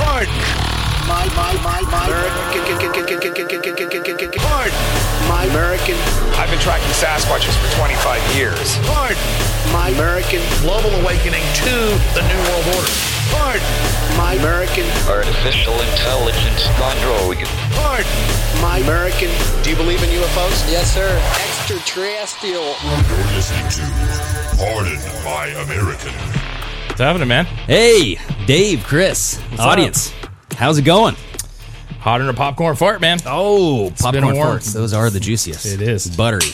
Pardon. My, my, my, my American. Pardon. my American, I've been tracking Sasquatches for 25 years. Pardon. my American, Global awakening to the New World Order. Pardon. my American, Artificial intelligence Monroe. Pardon. my American, Do you believe in UFOs? Yes, sir. Extraterrestrial. You're listening to Pardon My American. What's happening, man? Hey, Dave, Chris, audience. How's it going? Hot in a popcorn fart, man. Oh, been popcorn warm. farts. Those are the juiciest. It is. Buttery.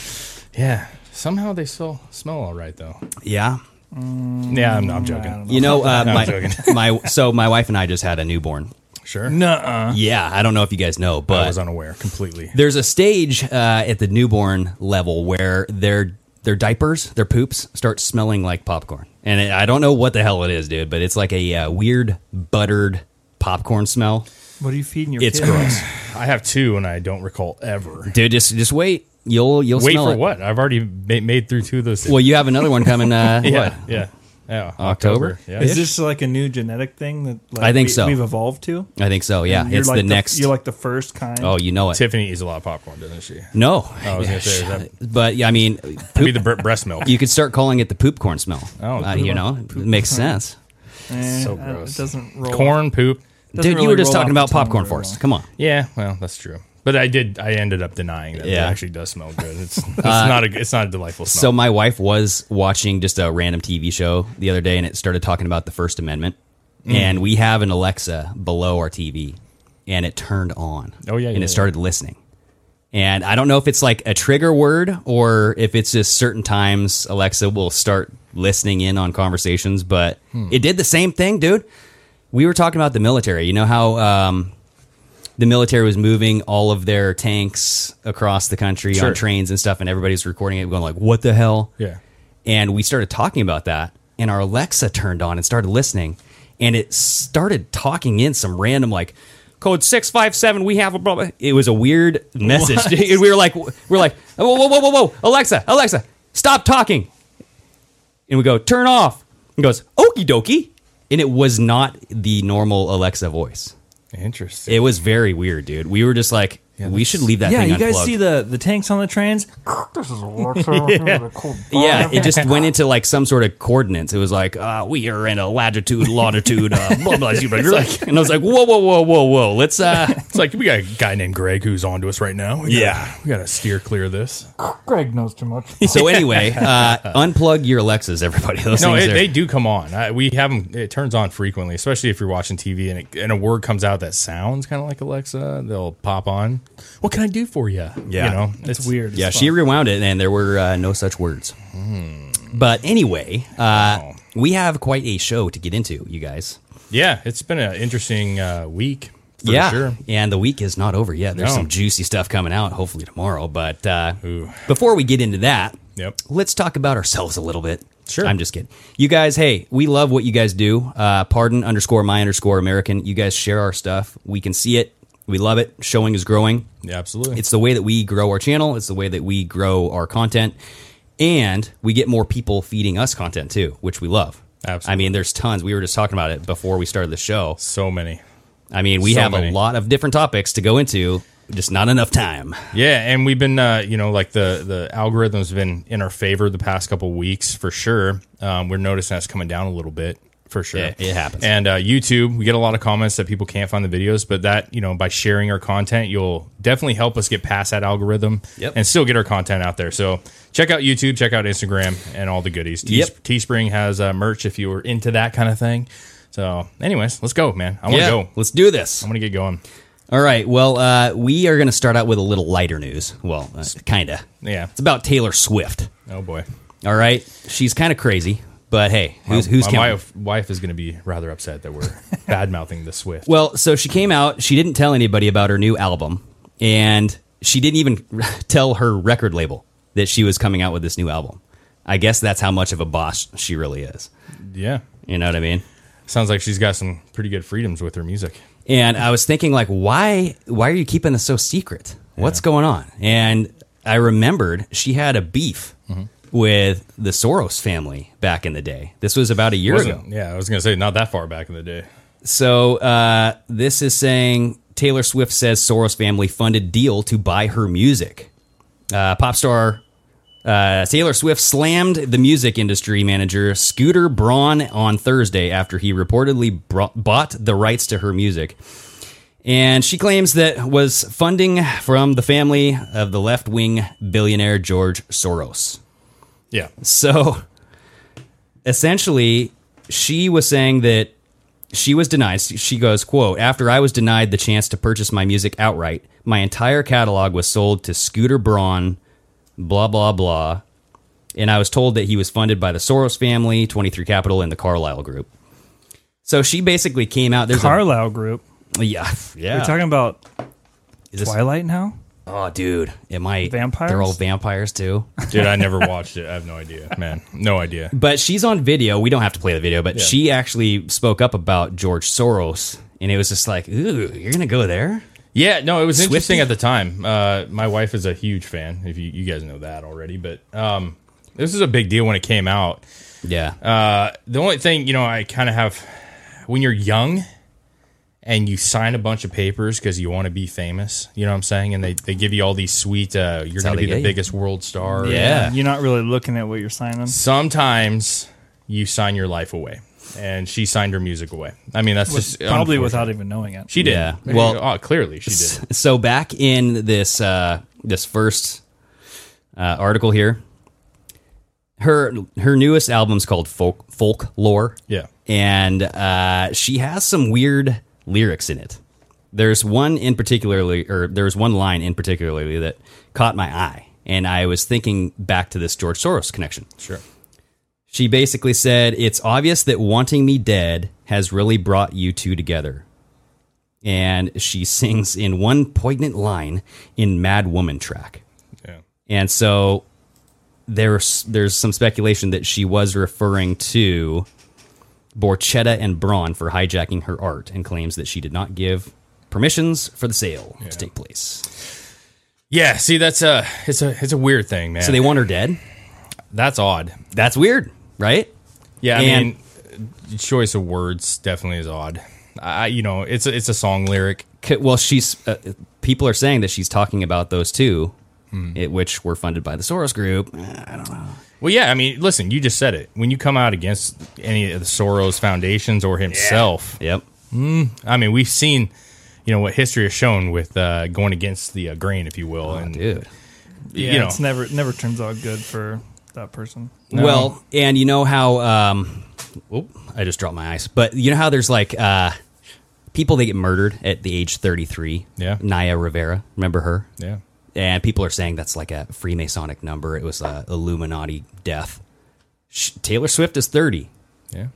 Yeah. Somehow they still smell all right, though. Yeah. Yeah, I'm, I'm joking. You know, uh, No, I'm my, joking. my so my wife and I just had a newborn. Sure. Nuh-uh. Yeah, I don't know if you guys know, I but was unaware completely. there's a stage uh, at the newborn level where their their diapers, their poops, start smelling like popcorn, and it, I don't know what the hell it is, dude, but it's like a uh, weird buttered popcorn smell. What are you feeding your It's kid? gross, I have two, and I don't recall ever. dude. Just just wait, you'll you'll Wait smell for it. what? I've already ma- made through two of those. Well, you have another one coming. Uh, yeah, what? yeah, yeah. October? Yeah. Is this like a new genetic thing that like, I think we, so. we've evolved to? I think so. Yeah, You're it's like the next. You're like the first kind. oh, you know it. Tiffany eats a lot of popcorn, doesn't she? No, I was gonna say, is that- but yeah, I mean, It'd be poop, the bre- breast milk. you could start calling it the poop corn smell. Oh, Uh, you know, it makes sense. Eh, so I don't- gross. It doesn't roll. Corn poop. doesn't Dude, you really were just roll off talking the about tongue popcorn very farts. well. Come on. Yeah, well, that's true. But I did. I ended up denying that. Yeah. It actually does smell good. It's, it's not a. It's not a delightful smell. So my wife was watching just a random TV show the other day, and it started talking about the First Amendment, Mm. and we have an Alexa below our TV, and it turned on. Oh, yeah, yeah, and it yeah. started listening. And I don't know if it's like a trigger word or if it's just certain times Alexa will start listening in on conversations, but Hmm. it did the same thing, dude. We were talking about the military. You know how um, the military was moving all of their tanks across the country Sure. on trains and stuff, and everybody's recording it, going like, "What the hell?" yeah. and we started talking about that and our alexa turned on and started listening and it started talking in some random like code 657 we have a problem it was a weird message and we were like we were like whoa whoa whoa whoa whoa alexa alexa stop talking and we go turn off and goes okie dokie and it was not the normal alexa voice Interesting. it was very weird dude we were just like we should leave that Yeah, thing you unplugged. guys see the, the tanks on the trains? This is Alexa. Yeah, it just went into like some sort of coordinates. It was like, uh, we are in a latitude, longitude, uh, blah, blah, blah, blah, blah. And I was like, whoa, whoa, whoa, whoa, whoa. Let's, uh, It's like we got a guy named Greg who's on to us right now. We gotta- Yeah. we got to steer clear of this. Greg knows too much. so anyway, uh, unplug your Alexas, everybody. Those No, things it, are- they do come on. I, we have them. It turns on frequently, especially if you're watching TV and, it, and a word comes out that sounds kind of like Alexa. They'll pop on. What can I do for you? Yeah. you know, It's weird. as yeah, fuck. she rewound it and there were uh, no such words. Hmm. But anyway, uh, we have quite a show to get into, you guys. Yeah, it's been an interesting uh, week for yeah, sure. and the week is not over yet. There's No. some juicy stuff coming out, hopefully tomorrow. But uh, before we get into that, Yep. let's talk about ourselves a little bit. Sure. I'm just kidding. You guys, hey, we love what you guys do. Uh, pardon underscore my underscore American. You guys share our stuff. We can see it. We love it. Showing is growing. Yeah, absolutely. It's the way that we grow our channel. It's the way that we grow our content. And we get more people feeding us content too, which we love. Absolutely. I mean, there's tons. We were just talking about it before we started the show. so many. I mean, we So have many. a lot of different topics to go into, just not enough time. Yeah, and we've been, uh, you know, like the the algorithm's been in our favor the past couple weeks for sure. Um, we're noticing that's coming down a little bit for sure. Yeah, it happens. And uh, YouTube, we get a lot of comments that people can't find the videos, but that you know, by sharing our content, you'll definitely help us get past that algorithm Yep. and still get our content out there. So check out YouTube, check out Instagram, and all the goodies. Tees- Yep. Teespring has uh, merch if you were into that kind of thing. So, anyways, let's go, man. I want to go. I'm Let's do this. gonna get going. All right. Well, uh, we are going to start out with a little lighter news. Well, uh, kind of. Yeah. It's about Taylor Swift. Oh boy. All right. She's kind of crazy, But hey, who's, who's my counting? wife, wife is going to be rather upset that we're bad mouthing the Swift. Well, so she came out. She didn't tell anybody about her new album, and she didn't even tell her record label that she was coming out with this new album. I guess that's how much of a boss she really is. yeah, You know what I mean? sounds like she's got some pretty good freedoms with her music. And I was thinking, like, why? Why are you keeping this so secret? What's going on? And I remembered she had a beef with the Soros family back in the day. This was about a year ago. Wasn't- yeah, I was going to say not that far back in the day. So uh, this is saying Taylor Swift says Soros family funded deal to buy her music. Uh, pop star uh, Taylor Swift slammed the music industry manager Scooter Braun on Thursday after he reportedly bro- bought the rights to her music. And she claims that was funding from the family of the left wing billionaire George Soros. Yeah, So essentially, she was saying that she was denied. She goes, quote, after I was denied the chance to purchase my music outright, my entire catalog was sold to Scooter Braun, blah, blah, blah. And I was told that he was funded by the Soros family, 23 Capital, and the Carlyle Group. So she basically came out. There's Carlisle Group. a yeah, yeah. We're talking about Is this- Twilight now. oh, dude, it might Vampires? They're all vampires too. dude, I never watched it. I have no idea, man. No idea. But she's on video. We don't have to play the video, but she actually spoke up about George Soros, and it was just like, ooh, you're gonna go there? Yeah, no, it was interesting Swiftie? at the time. Uh, my wife is a huge fan. If you, you guys know that already, but um, this is a big deal when it came out. Yeah. Uh, the only thing you know, I kind of have when you're young and you sign a bunch of papers because you want to be famous. You know what I'm saying? And they, they give you all these sweet. Uh, you're how going to be they the get you. biggest world star. yeah. You're not really looking at what you're signing. Sometimes you sign your life away, and she signed her music away. I mean, that's just Probably unfortunate. without even knowing it. She did. Yeah. Well, Well- oh, clearly she did. So back in this uh, this first uh, article here, her her newest album's called Folk Folklore. Yeah. and uh, she has some weird lyrics in it. There's one in particularly, or there's one line in particularly that caught my eye, and I was thinking back to this George Soros connection. Sure. She basically said, It's obvious that wanting me dead has really brought you two together. And she sings in one poignant line in Mad Woman track. Yeah. And so there's there's some speculation that she was referring to Borchetta and Braun for hijacking her art and claims that she did not give permissions for the sale to take place. Yeah. See, that's a it's a it's a weird thing, man. So they want her dead? that's odd. That's weird, right? Yeah, I And- mean, choice of words definitely is odd. I, you know, it's a, it's a song lyric. C- well she's uh, people are saying that she's talking about those two it, which were funded by the soros group Well, yeah, I mean, listen, you just said it. When you come out against any of the Soros foundations or himself, yep I mean, we've seen, you know, what history has shown with uh, going against the uh, grain, if you will, and Oh, dude Yeah, you know, it's never it never turns out good for that person. well and you know how um oop, i just dropped my eyes but you know how there's like uh people that get murdered at the age 33 Yeah. naya rivera remember her yeah, and people are saying that's like a freemasonic number it was a illuminati death Sh- taylor swift is 30 yeah.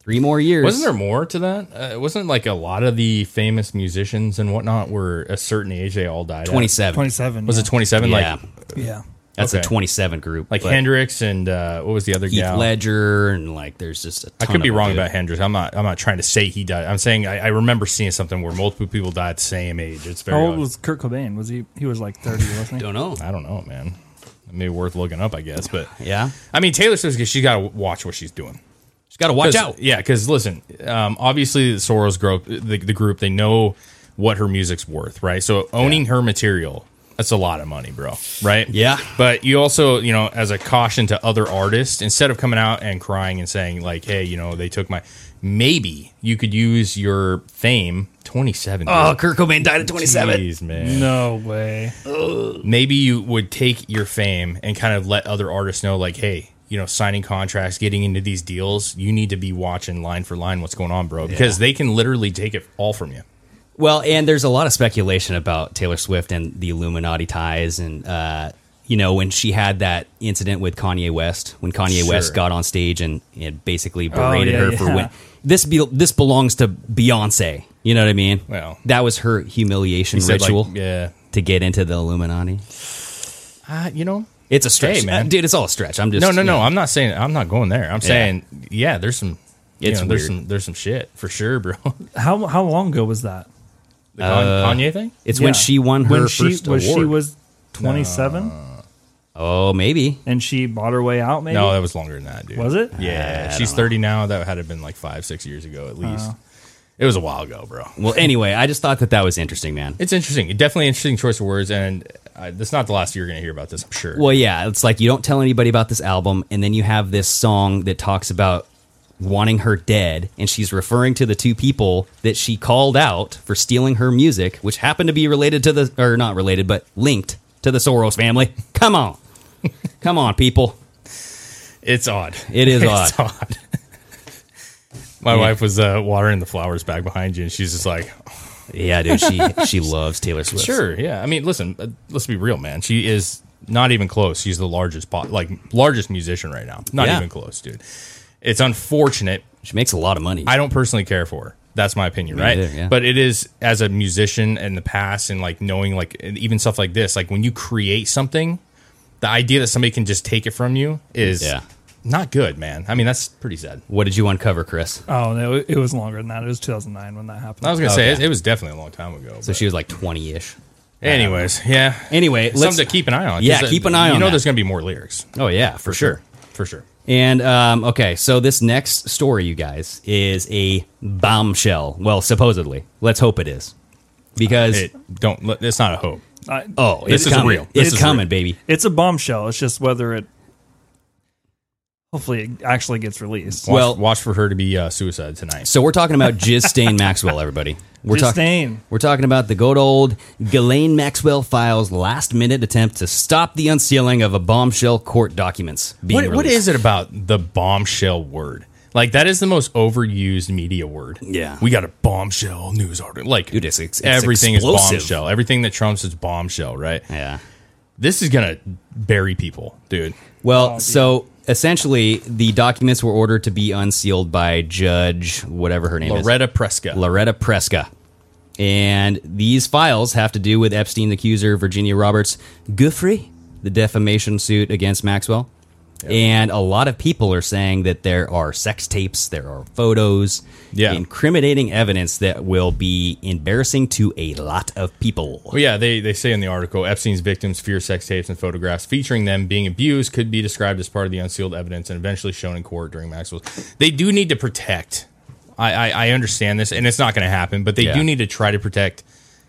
three more years Wasn't there more to that? Uh, wasn't like a lot of the famous musicians and whatnot were a certain age they all died. at? 27 Twenty seven Was it twenty seven? yeah Like Yeah. that's a okay. 27 group like but- Hendrix and uh, what was the other Heath gal? Ledger and like there's just a I ton could be of them, wrong dude. about Hendrix. I'm not. I'm not trying to say he died. I'm saying I, I remember seeing something where multiple people died at the same age. It's very. How old odd. was Kurt Cobain? Was he he was like thirty, wasn't he? Don't know. I don't know, man. Maybe worth looking up, I guess. But Yeah, I mean, Taylor Swift. She got to watch what she's doing. just gotta watch 'Cause- out. Yeah, because listen, um, obviously the Soros group, the, the group, they know what her music's worth, right? So owning her material, that's a lot of money, bro, right? Yeah. But you also, you know, as a caution to other artists, instead of coming out and crying and saying like, "Hey, you know, they took my," maybe you could use your fame. Twenty seven. Oh, Kurt Cobain died at 27. Jeez, man. No way. Maybe you would take your fame and kind of let other artists know, like, hey, you know, signing contracts, getting into these deals, you need to be watching line for line what's going on, bro, because they can literally take it all from you. Well, and there's a lot of speculation about Taylor Swift and the Illuminati ties, and uh, you know, when she had that incident with Kanye West, when Kanye Sure. Oh, West got on stage and, and basically berated yeah, her for yeah. win. This be, this belongs to Beyonce. You know what I mean? Well. that was her humiliation He said, like, ritual yeah. to get into the Illuminati. Uh, you know, It's a stretch, Hey, man. Uh, dude. It's all a stretch. I'm just no, no, you no. know. I'm not saying I'm not going there. I'm saying yeah. There's some. you It's know, there's weird. some there's some shit for sure, bro. How how long ago was that? The Con- Uh, Kanye thing. It's Yeah. when she won her when first she, was award. Uh, She was twenty seven, oh, maybe. and she bought her way out. Maybe No, that was longer than that, dude. was it? Yeah, she's 30 now. That had to have been like five, six years ago Oh. at least. It was a while ago, bro. Well, anyway, I just thought that that was interesting, man. It's interesting. Definitely interesting choice of words, and I, that's not the last you're going to hear about this. I'm sure. Well, yeah, it's like you don't tell anybody about this album, and then you have this song that talks about wanting her dead, and she's referring to the two people that she called out for stealing her music, which happened to be related to the, or not related, but linked to the Soros family. Come on. Come on, people. it's odd. It is It's odd. odd. My wife was uh, watering the flowers back behind you, and she's just like, Yeah, dude, she she loves Taylor Swift. "Sure, yeah." I mean, listen, uh, let's be real, man. She is not even close. She's the largest, po- like largest musician right now. Not Yeah. even close, dude. It's unfortunate She makes a lot of money. I don't personally care for her. That's my opinion, Me right? neither, yeah. But it is as a musician in the past and like knowing like and even stuff like this, like when you create something, the idea that somebody can just take it from you is Yeah. not good, man. I mean, that's pretty sad. What did you uncover, Chris? Oh no, it, it was longer than that. It was two thousand nine when that happened. I was gonna say it, Okay. it was definitely a long time ago. So she was like 20 ish. anyways, yeah. Anyway, let's. Something to keep an eye on. 'cause, Yeah, uh, keep an eye you on know, that. there's gonna be more lyrics oh, yeah, for, sure. for sure. And um, okay, so this next story, you guys, is a bombshell. Well, supposedly. Let's hope it is, because It don't. let- It's not a hope. I, oh, this it's is coming. real. This it's is coming, real. baby. it's a bombshell. It's just whether it hopefully it actually gets released. Watch, Well- watch for her to be uh, suicide tonight. So we're talking about Jizz Stain Maxwell, everybody. We're Jizz Stain. We're talking about the good old Ghislaine Maxwell files last-minute attempt to stop the unsealing of a bombshell court documents. Being What, what released. is it about the bombshell word? Like that is the most overused media word. Yeah. we got a bombshell news article. Like Dude, it's ex- it's everything explosive. is bombshell. Everything that trumps is bombshell, right? Yeah. This is gonna bury people, dude. Well, Oh, so essentially, the documents were ordered to be unsealed by Judge whatever her name is. Loretta Preska. Loretta Preska. And these files have to do with Epstein's accuser, Virginia Roberts Guffrey, the defamation suit against Maxwell. And a lot of people are saying that there are sex tapes, there are photos, Yeah. incriminating evidence that will be embarrassing to a lot of people. Well, yeah, they, they say in the article Epstein's victims fear sex tapes and photographs featuring them being abused could be described as part of the unsealed evidence and eventually shown in court during Maxwell's. They do need to protect. I, I, I understand this, and it's not going to happen, but they Yeah. do need to try to protect,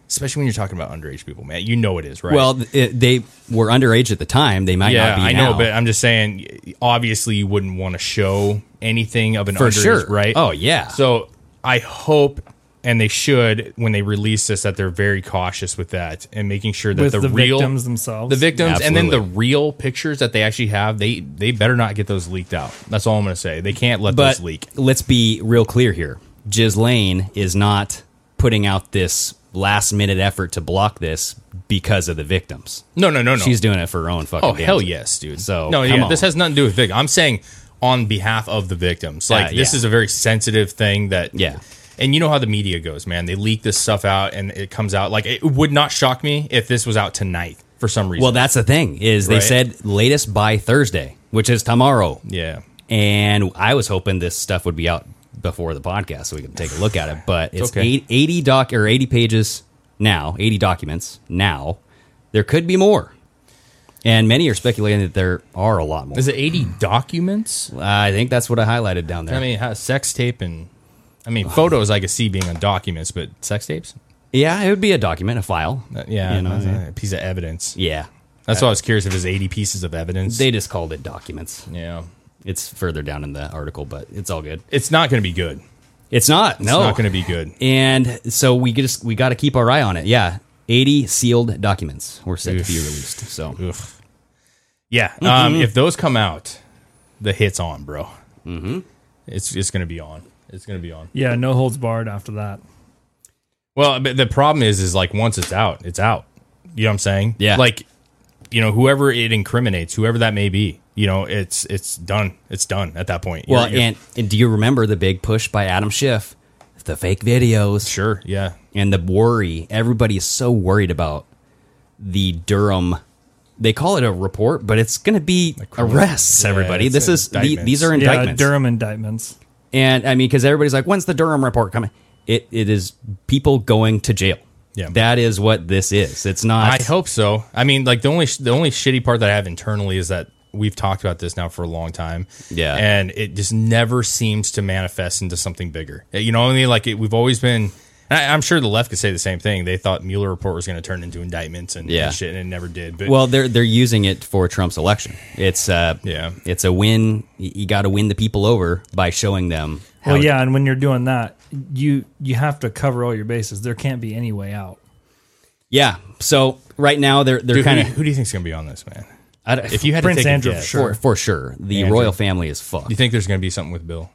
especially when you're talking about underage people, man. You know it is, right? Well, th- it, they were underage at the time. They might yeah, not be I know, now. but I'm just saying, obviously, you wouldn't want to show anything of an For underage, sure. right? Oh, yeah. So I hope. And they should, when they release this, that they're very cautious with that and making sure that With the real victims themselves? the victims, and then Absolutely. the real pictures that they actually have, they they better not get those leaked out. That's all I'm going to say. They can't let but those leak. let's be real clear here. Ghislaine is not putting out this last minute effort to block this because of the victims. No, no, no, no. She's doing it for her own fucking Oh damn hell self. yes, dude. So, no, come yeah, this on. has nothing to do with victim. I'm saying on behalf of the victims. Like Uh, this yeah. is a very sensitive thing that Yeah. And you know how the media goes, man. They leak this stuff out and it comes out. Like it would not shock me if this was out tonight for some reason. Well, that's the thing is they Right. said latest by Thursday, which is tomorrow. yeah. And I was hoping this stuff would be out before the podcast so we can take a look at it, but it's okay. eight, 80 doc or 80 pages now, 80 documents now. There could be more. And many are speculating that there are a lot more. Is it 80 documents? I think that's what I highlighted down there. I mean, how- sex tape and I mean, photos I could see being on documents, but sex tapes? Yeah, it would be a document, a file. Uh, yeah, You know, that's yeah. a piece of evidence. Uh, Yeah. That's why I was curious if it was 80 pieces of evidence. They just called it documents. yeah. It's further down in the article, but it's all good. It's not going to be good. It's not. It's no. not going to be good. And so we just we got to keep our eye on it. Yeah. 80 sealed documents were set to be released. So Oof. Yeah. Um, Mm-hmm. if those come out, the hit's on, bro. Mm-hmm. It's it's gonna be on. It's gonna be on. Yeah, no holds barred after that. Well, but the problem is, is like once it's out, it's out. You know what I'm saying? Yeah. Like you know, whoever it incriminates, whoever that may be, you know, it's it's done. It's done at that point. You're- Well, you're- and, and do you remember the big push by Adam Schiff, the fake videos, sure, yeah, and the worry? Everybody is so worried about the Durham. They call it a report, but it's going to be arrests. Yeah, Everybody, it's this is the, indictments. these are Yeah, indictments. Durham indictments. And I mean, because everybody's like, when's the Durham report coming? It it is people going to jail. Yeah. that is what this is. It's not. I hope so. I mean, like the only the only shitty part that I have internally is that we've talked about this now for a long time. Yeah. and it just never seems to manifest into something bigger. Uh, You know what I mean? Like it, we've always been. and I, I'm sure the left could say the same thing. They thought Mueller report was going to turn into indictments and, Yeah. and shit, and it never did. But Well, they're they're using it for Trump's election. It's uh, Yeah. it's a win. You, got to win the people over by showing them. how- Well, yeah, and when you're doing that, you you have to cover all your bases. There can't be any way out. yeah. So right now they're dude, they're who, kind do you- of who do you think's going to be on this, man? if If you had Prince to take Andrew, a guess, sure. for, for sure the Andrew. royal family is fucked. you think there's going to be something with Bill?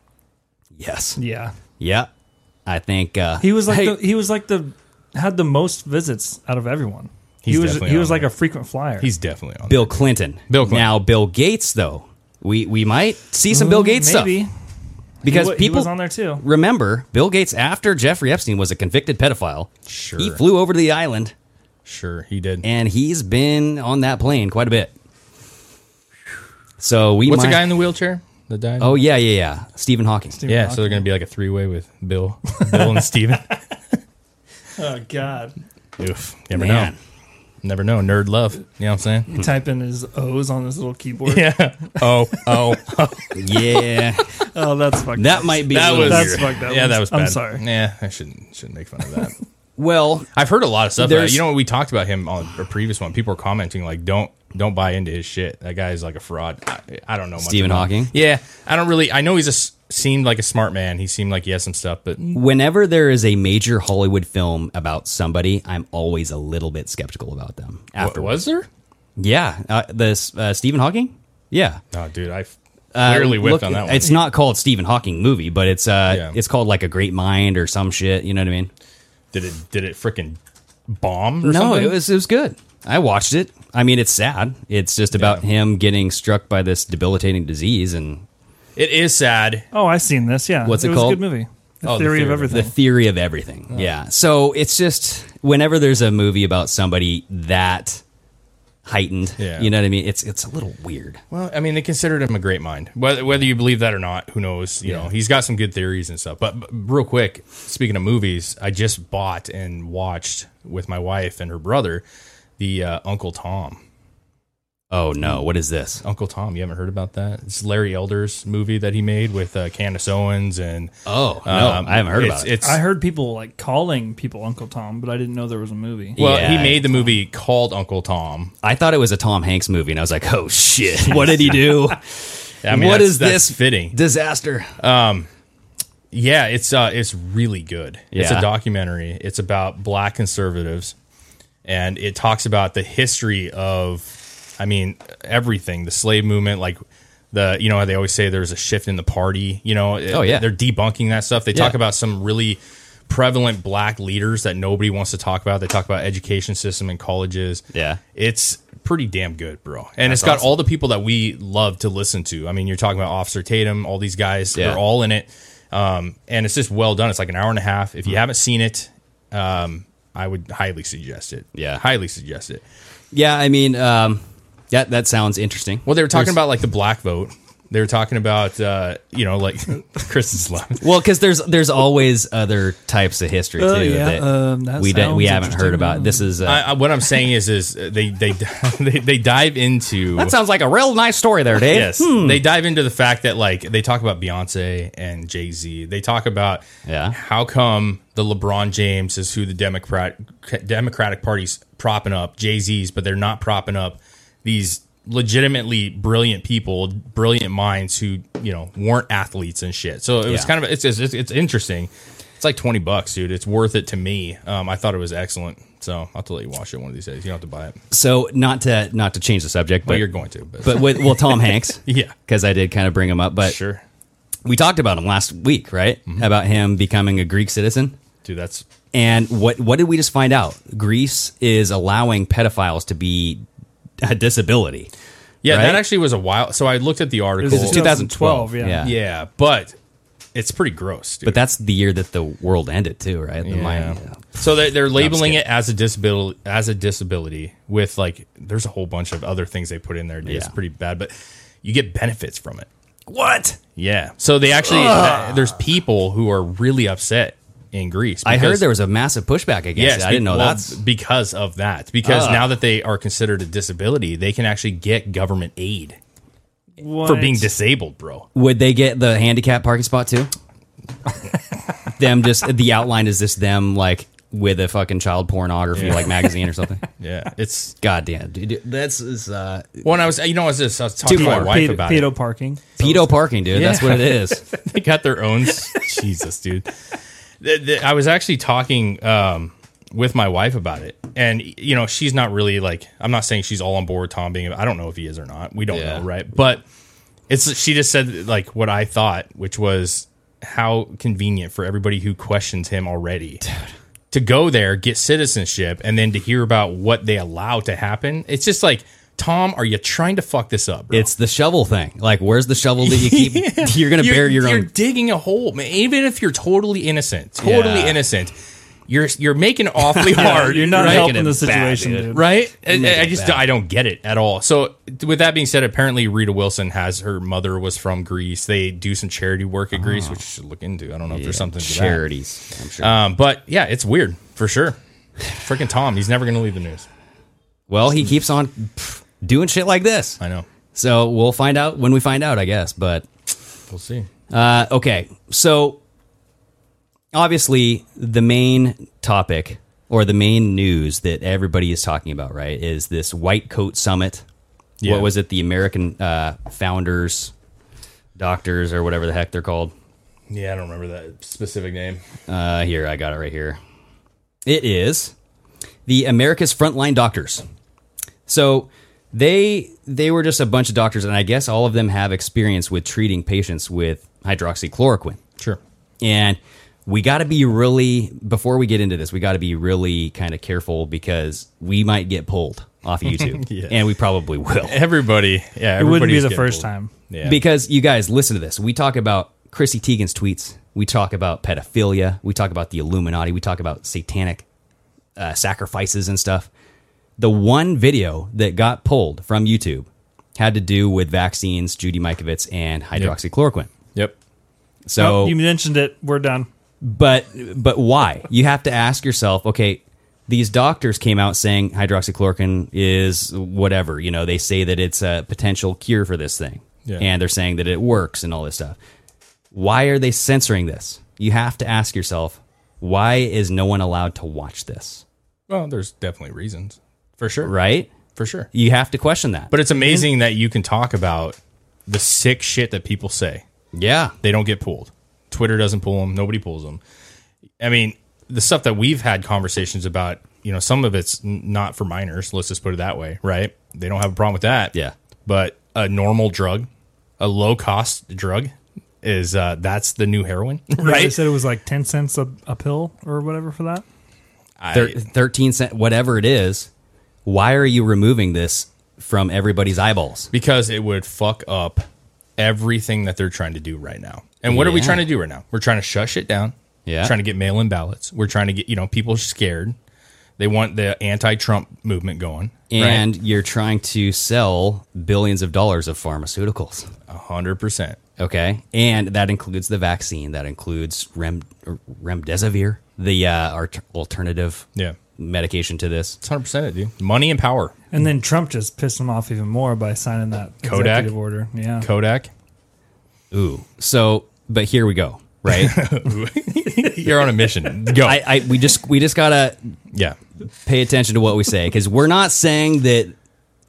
yes. Yeah, Yeah. I think uh, he was like hey, the, he was like the had the most visits out of everyone. he He's was definitely he on was like there. a frequent flyer. He's definitely on. Bill Clinton. Bill Clinton. Now Bill Gates though. We we might see some Mm, Bill Gates maybe. stuff because He wa- he people was on there too. Remember, Bill Gates after Jeffrey Epstein was a convicted pedophile. Sure. He flew over to the island Sure, he did. and he's been on that plane quite a bit. So we What's might, the guy in the wheelchair that died? Oh yeah, yeah, yeah. Stephen Hawking. yeah. So they're going to be like a three way with Bill, Bill and Steven. Oh God! Oof. Never Man. know. Never know. Nerd love. You know what I'm He saying? typed in his O's on his little keyboard. yeah. Oh, uh, oh. Yeah. Oh, that's fucked. that up. might be a That little was That's weird. fucked up. yeah, that was bad. I'm sorry. Yeah, I shouldn't shouldn't make fun of that. Well, I've heard a lot of stuff. About it. There's- You know, we talked about him on a previous one. People were commenting like, "Don't don't buy into his shit. That guy is like a fraud." I, I don't know. Much Stephen about- Hawking? Yeah, I don't really. I know he's a s- seemed like a smart man. He seemed like he has some stuff, but whenever there is a major Hollywood film about somebody, I'm always a little bit skeptical about them. After was there? Yeah, uh, this uh, Stephen Hawking? Yeah. Oh, dude, I f- Uh, clearly whipped look, on that one. It's not called Stephen Hawking movie, but it's uh, Yeah. it's called like a Great Mind or some shit. You know what I mean? did it did it freaking bomb? Or no, something? it was it was good. I watched it. I mean, it's sad. It's just about him getting struck by this debilitating disease and It is sad. Oh, I've seen this. Yeah, What's it was called? a good movie. The Oh, theory of The Theory of everything. the theory of everything. Yeah. So it's just whenever there's a movie about somebody that heightened, Yeah. you know what I mean? It's it's a little weird. Well, I mean, they considered him a great mind. Whether, whether you believe that or not, who knows? You know, he's got some good theories and stuff. But, but real quick, speaking of movies, I just bought and watched with my wife and her brother the uh, Uncle Tom. Oh no, what is this? Uncle Tom, you haven't heard about that? It's Larry Elder's movie that he made with uh, Candace Owens and. Oh no, um, I haven't heard it's, about it. It's, I heard people like calling people Uncle Tom, but I didn't know there was a movie. well, he Yeah. made the movie called Uncle Tom. I thought it was a Tom Hanks movie, and I was like, oh shit, what did he do? I mean, what that's- is that's this fitting? disaster? Yeah, it's uh, it's really good. It's Yeah. a documentary. It's about black conservatives, and it talks about the history of, I mean, everything. The slave movement, like the you know how they always say there's a shift in the party. You know, Oh, yeah. they're debunking that stuff. They talk Yeah. about some really prevalent black leaders that nobody wants to talk about. They talk about education system and colleges. Yeah. It's pretty damn good, bro. And it's got all the people that we love to listen to. I mean, you're talking about Officer Tatum, all these guys, Yeah. they're all in it. Um, and it's just well done. It's like an hour and a half. If you haven't seen it, um, I would highly suggest it. Yeah. Highly suggest it. yeah, I mean, um, that that sounds interesting. Well, they were talking about like the black vote. They were talking about, uh, you know, like Kristen's love. Well, because there's there's always other types of history too Uh, yeah, that um, that we don't, we sounds haven't interesting. heard about. This is uh, I, I, what I'm saying is, is they they they, they dive into that sounds like a real nice story there, Dave. Hmm. Yes. They dive into the fact that like they talk about Beyonce and Jay Z. They talk about Yeah. how come the LeBron James is who the Democrat Democratic Party's propping up, Jay Z's, but they're not propping up these legitimately brilliant people, brilliant minds who you know weren't athletes and shit. So it was Yeah. kind of it's it's, it's it's interesting. It's like twenty bucks, dude. It's worth it to me. Um, I thought it was excellent. So I'll have to let you watch it one of these days. You don't have to buy it, but, So not to not to change the subject, but you're going to. But, But with well, Tom Hanks, Yeah. because I did kind of bring him up, but sure, Mm-hmm. we talked about him last week, right? About him becoming a Greek citizen. dude, that's And what what did we just find out? Greece is allowing pedophiles to be a disability. Yeah, right? that actually was a while. So I looked at the article. This is 2012. 2012, yeah. yeah. yeah, but it's pretty gross. Dude. But that's the year that the world ended too, right? The Yeah. Mayan- So they're, they're labeling it kidding. as a disability, as a disability with like, there's a whole bunch of other things they put in there. Dude. It's Yeah. pretty bad, but you get benefits from it. What? Yeah. So they actually, uh, there's people who are really upset in Greece. I heard because- there was a massive pushback against Yes, it. I didn't know well, that. because of that. Because Ah. now that they are considered a disability, they can actually get government aid for being disabled, bro. Would they get the handicap parking spot too? them just the outline is just them like with a fucking child pornography like magazine or something. Yeah, it's God damn, dude, that's is, uh, when I was, you know, I was just I was talking Too to my far. wife pedo, about it. pedo parking. pedo parking, dude. That's Yeah. what it is. they got their own. Jesus, dude. The- the- I was actually talking um, with my wife about it, and you know, she's not really like. I'm not saying she's all on board with Tom being. I don't know if he is or not. We don't Yeah. know, right? But it's. She just said like what I thought, which was how convenient for everybody who questions him already. To go there, get citizenship, and then to hear about what they allow to happen. It's just like, Tom, are you trying to fuck this up? bro? It's the shovel thing. Like, where's the shovel that you keep? You're gonna bury your you're own. digging a hole, man. Even if you're totally innocent, totally Yeah. innocent, you're you're making it awfully hard. You're not right? helping it the bad, situation, dude. dude. Right? I, I- I it just bad. I don't get it at all. So with that being said, apparently Rita Wilson has her mother was from Greece. They do some charity work at Greece, which you should look into. I don't know if there's something to that. charities. I'm sure. Um, but yeah, it's weird for sure. Freaking Tom, he's never going to leave the news. well, he keeps on pff, doing shit like this. I know. So we'll find out when we find out, I guess. But We'll see. uh, okay, so obviously the main topic or the main news that everybody is talking about, right, is this white coat summit. Yeah. What was it? The American uh, founders, doctors, or whatever the heck they're called. Yeah, I don't remember that specific name. Uh, here, I got it right here. It is the America's Frontline Doctors. So they they were just a bunch of doctors, and I guess all of them have experience with treating patients with hydroxychloroquine. Sure. And we got to be really before we get into this, we got to be really kind of careful because we might get pulled off of YouTube, Yes. and we probably will. Everybody, yeah, It wouldn't be everybody's the getting first pulled. time. Yeah. Because you guys listen to this. We talk about Chrissy Teigen's tweets. We talk about pedophilia. We talk about the Illuminati. We talk about satanic uh, sacrifices and stuff. The one video that got pulled from YouTube had to do with vaccines, Judy Mikovits, and hydroxychloroquine. yep. So Nope, Oh, you mentioned it. We're done. but but why? You have to ask yourself, okay, these doctors came out saying hydroxychloroquine is whatever, you know, they say that it's a potential cure for this thing. Yeah. And they're saying that it works and all this stuff. Why are they censoring this? You have to ask yourself, why is no one allowed to watch this? Well, there's definitely reasons. For sure. Right? For sure. You have to question that. But it's amazing that you can talk about the sick shit that people say. yeah. They don't get pulled. Twitter doesn't pull them. Nobody pulls them. I mean, the stuff that we've had conversations about, you know, some of it's n- not for minors. Let's just put it that way, right? They don't have a problem with that. Yeah. But a normal drug, a low cost drug, is uh, that's the new heroin, Right? They right? said it was like ten cents a, a pill or whatever for that. Thir- 13 cent whatever it is, why are you removing this from everybody's eyeballs? because it would fuck up everything that they're trying to do right now. And what are we Yeah. trying to do right now? We're trying to shut shit down. Yeah. Trying to get mail in ballots. We're trying to get, you know, people are scared. They want the anti Trump movement going. and you're trying to sell billions of dollars of pharmaceuticals. a hundred percent. Okay, and that includes the vaccine. That includes rem, remdesivir, the uh, art- alternative Yeah. medication to this. It's hundred percent it, dude. Money and power. And Hmm. then Trump just pissed him off even more by signing that Kodak? executive order. Yeah. Kodak. Ooh, so but here we go, right? You're on a mission. Go. I, I we just we just gotta yeah. pay attention to what we say because we're not saying that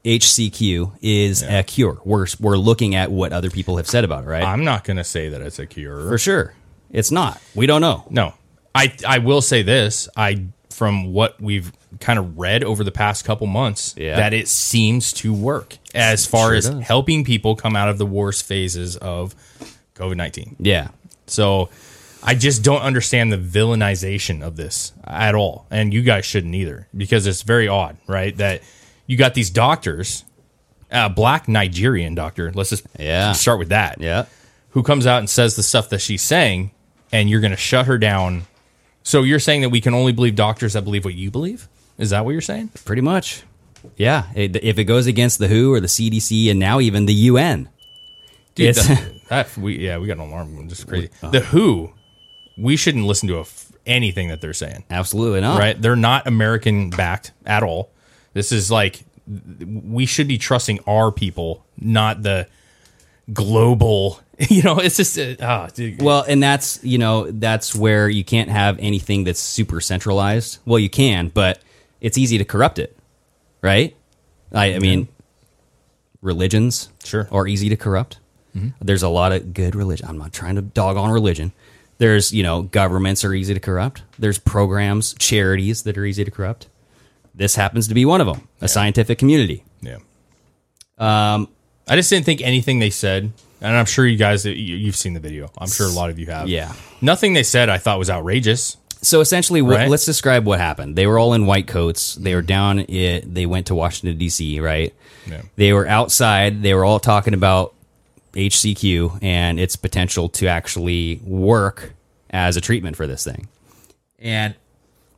HCQ is a cure. We're we're looking at what other people have said about it, right? I'm not gonna say that it's a cure. For sure, it's not. We don't know. No. I I will say this. I from what we've kind of read over the past couple months Yeah. that it seems to work as far sure as does. helping people come out of the worst phases of COVID-19. Yeah, So I just don't understand the villainization of this at all. And you guys shouldn't either because it's very odd, right? That you got these doctors, a black Nigerian doctor. Let's just Yeah. start with that. Ah. Yeah. Who comes out and says the stuff that she's saying, and you're going to shut her down. So you're saying that we can only believe doctors that believe what you believe? Is that what you're saying? Pretty much. Yeah. It, if it goes against the WHO or the CDC and now even the UN. Dude, It's- the- that we yeah we got an alarm. Just crazy. The Who, we shouldn't listen to a f anything that they're saying. Absolutely not. Right? They're not American backed at all. This is like we should be trusting our people, not the global. You know, it's just uh, ah, dude. Well, and that's you know that's where you can't have anything that's super centralized. Well, you can, but it's easy to corrupt it, right? I, I mean, religions Sure. Mm-hmm. are easy to corrupt. There's a lot of good religion. I'm not trying to dog on religion. There's you know governments are easy to corrupt. There's programs, charities that are easy to corrupt. This happens to be one of them. A scientific community. yeah. Um, Um, I just didn't think anything they said, and I'm sure you guys you, you've seen the video. I'm sure a lot of you have. Yeah. Nothing they said I thought was outrageous. So essentially, what, Right. let's describe what happened. They were all in white coats. They were down. It. They went to Washington D.C. Right. Yeah. They were outside. They were all talking about HCQ and its potential to actually work as a treatment for this thing. And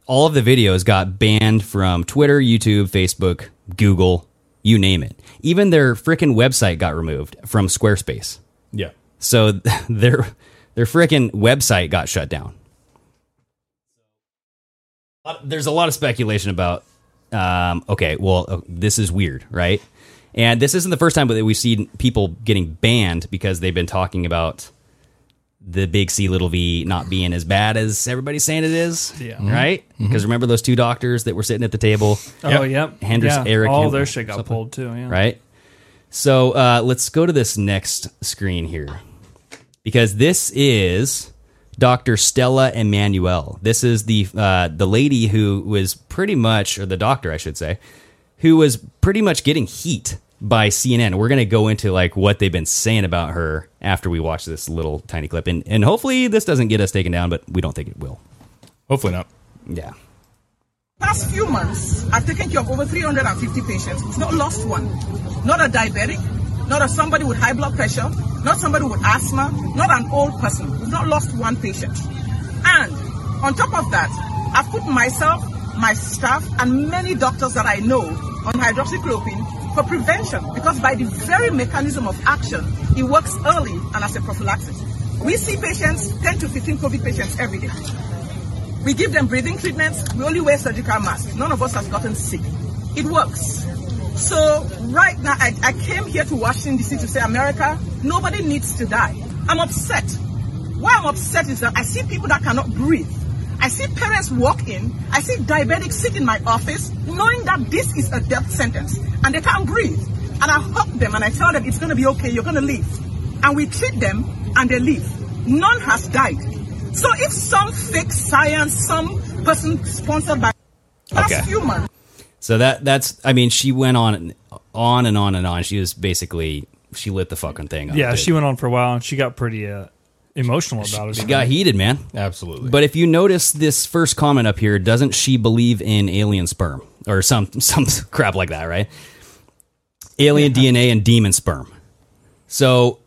all of the videos got banned from Twitter, YouTube, Facebook, Google, you name it. Even their freaking website got removed from Squarespace. Yeah. So their their freaking website got shut down. There's a lot of speculation about. Um, okay, well, uh, this is weird, right? And this isn't the first time that we've seen people getting banned because they've been talking about the big C little V not being as bad as everybody's saying it is. Yeah. Right? Because remember those two doctors that were sitting at the table, Oh, yep. Hendricks, yeah. Eric All Hendricks, their shit got something. pulled too. Yeah. right? So uh, let's go to this next screen here because this is Dr. Stella Emanuel. This is the uh, the lady who was pretty much, or the doctor, I should say, who was pretty much getting heat by CNN. We're gonna go into like what they've been saying about her after we watch this little tiny clip, and and hopefully this doesn't get us taken down, but we don't think it will. Hopefully not. Yeah. Past few months, I've taken care of over 350 patients. It's not lost one. Not a diabetic, not a somebody with high blood pressure, not somebody with asthma, not an old person. We've not lost one patient. And on top of that, I've put myself, my staff, and many doctors that I know on hydroxychloroquine for prevention because by the very mechanism of action, it works early and as a prophylaxis. We see patients, 10 to 15 COVID patients every day. We give them breathing treatments. We only wear surgical masks. None of us has gotten sick. It works. So right now, I, I came here to Washington DC to say, America, nobody needs to die. I'm upset. Why I'm upset is that I see people that cannot breathe. I see parents walk in. I see diabetics sit in my office knowing that this is a death sentence and they can't breathe. And I hug them and I tell them it's going to be okay. You're going to leave. And we treat them and they leave. None has died. So if some fake science, some person sponsored by past Okay. few months, So that that's I mean she went on and on and on and on. She was basically she lit the fucking thing up. Yeah. dude. She went on for a while and she got pretty uh, emotional about it. She even. got heated, man. Absolutely. But if you notice this first comment up here, doesn't she believe in alien sperm or some some crap like that, right? Alien DNA and demon sperm. So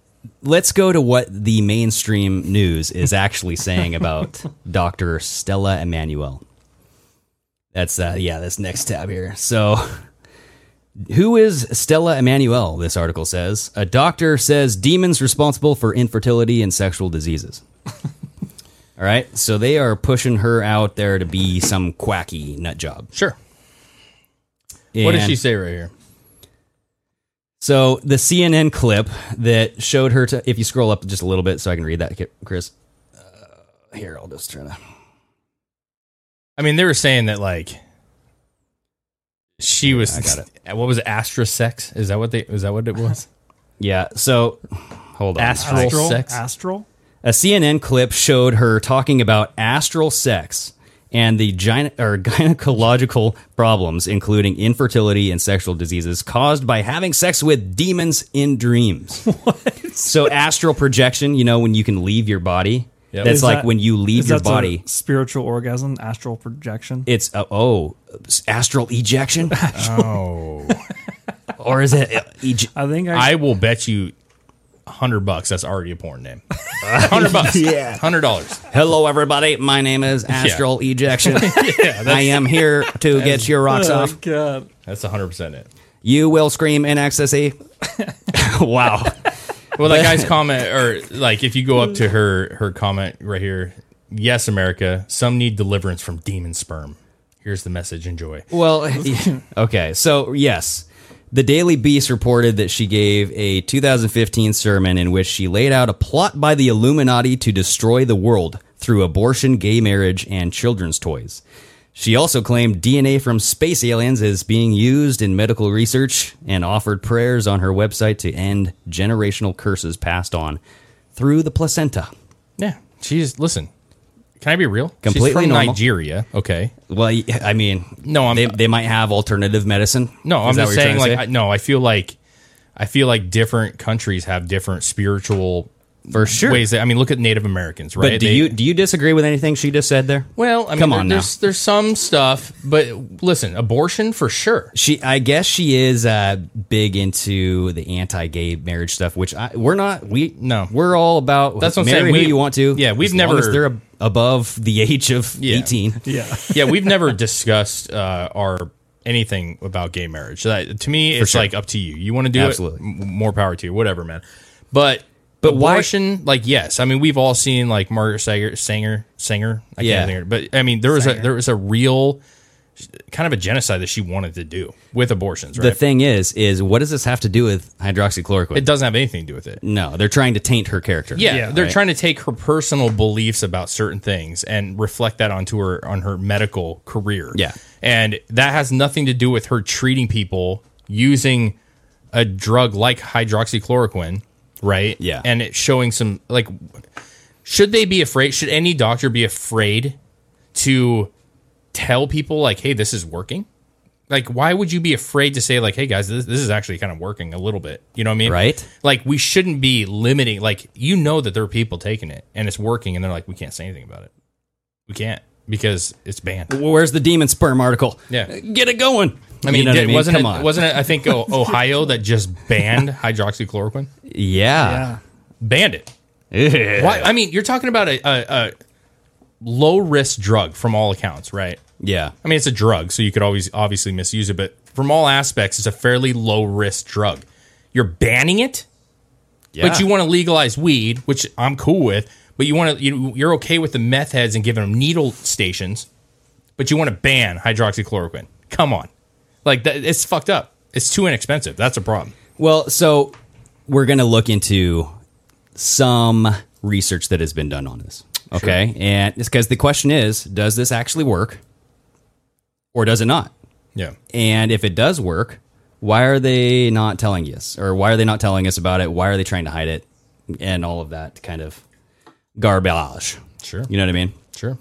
let's go to what the mainstream news is actually saying about Dr. Stella Emanuel. That's uh, yeah, this next tab here. So who is Stella Emanuel? This article says a doctor says demons responsible for infertility and sexual diseases. All right, so they are pushing her out there to be some quacky nut job. Sure. What did And she say right here? So the CNN clip that showed her to, if you scroll up just a little bit, so I can read that, Chris. Uh, here, I'll just try to. I mean, they were saying that like she was. got What was it? Astral sex? Is that what they? Is that what it was? Yeah, so hold on. Astral Astral. sex. Astral. A CNN clip showed her talking about astral sex and the gyne- or gynecological problems, including infertility and sexual diseases caused by having sex with demons in dreams. So astral projection, you know, when you can leave your body Yep. That's Is like that- when you leave is your that a body. spiritual orgasm, astral projection. It's uh, oh, astral ejection. Oh, or is it? uh, I think I will bet you hundred bucks. That's already a porn name. Hundred bucks. yeah. Hundred dollars. Hello, everybody. My name is Astral Ejection. that's- I am here to get your rocks Oh, off. God. That's hundred percent it. You will scream in ecstasy. wow. Well, that guy's comment, or like if you go up to her her comment right here. Yes, America. Some need deliverance from demon sperm. Here's the message. Enjoy. Well, yeah. okay. So, yes, the Daily Beast reported that she gave a 2015 sermon in which she laid out a plot by the Illuminati to destroy the world through abortion, gay marriage, and children's toys. She also claimed DNA from space aliens is being used in medical research and offered prayers on her website to end generational curses passed on through the placenta. Yeah. She's listen. Can I be real? Completely She's from normal. Nigeria. Okay. Well, y- I mean, No, I'm. they, they might have alternative medicine. No, Is I'm that just what you're saying. trying to Like, say? I, no, I feel like, I feel like different countries have different spiritual For sure. ways. That, I mean, look at Native Americans, right? But do They- you do you disagree with anything she just said there? Well, I mean, come there- on now. there's there's some stuff, but listen, abortion for sure. She, I guess she is uh, big into the anti-gay marriage stuff, which I, we're not. We No. we're all about. That's what I'm marry saying. Who We- you want to? yeah, we've as long never- as they're ab- above the age of Yeah. eighteen. Yeah. Yeah, we've never discussed uh, our anything about gay marriage. That to me, it's sure. like up to you. You want to do Absolutely. it? m- more power to you. Whatever, man. But But why- abortion, like yes, I mean we've all seen like Margaret Sanger, Sanger, Sanger. I Yeah. can't think. Of, but I mean there was a there was a real kind of a genocide that she wanted to do with abortions. Right? The thing is, is what does this have to do with hydroxychloroquine? it doesn't have anything to do with it. No, they're trying to taint her character. Yeah, they're Right. trying to take her personal beliefs about certain things and reflect that onto her on her medical career. Yeah. and that has nothing to do with her treating people using a drug like hydroxychloroquine, right? Yeah. and it showing some like, should they be afraid? Should any doctor be afraid to tell people like, hey, this is working? Like, why would you be afraid to say like, hey guys, this, this is actually kind of working a little bit? You know what I mean? Right. Like, we shouldn't be limiting. Like, you know that there are people taking it and it's working, and they're like, we can't say anything about it. We can't because it's banned. Well, Where's the demon sperm article? Yeah. get it going. I mean, You know what did- wasn't Come it? on. Wasn't it? I think O- Ohio that just banned hydroxychloroquine. yeah. Yeah. Banned it. Yeah. Why? I mean, you're talking about a, a, a low risk drug from all accounts, right? yeah. I mean, it's a drug, so you could always obviously misuse it, but from all aspects, it's a fairly low risk drug. You're banning it, but you want to legalize weed, which I'm cool with. But you want to you, you're okay with the meth heads and giving them needle stations, but you want to ban hydroxychloroquine. Come on, like that, it's fucked up. It's too inexpensive. That's a problem. Well, so we're going to look into some research that has been done on this. Okay. And it's because the question is does this actually work or does it not? Yeah, And if it does work, why are they not telling us? Or why are they not telling us about it? Why are they trying to hide it? And all of that kind of garbage. Sure. You know what I mean? sure.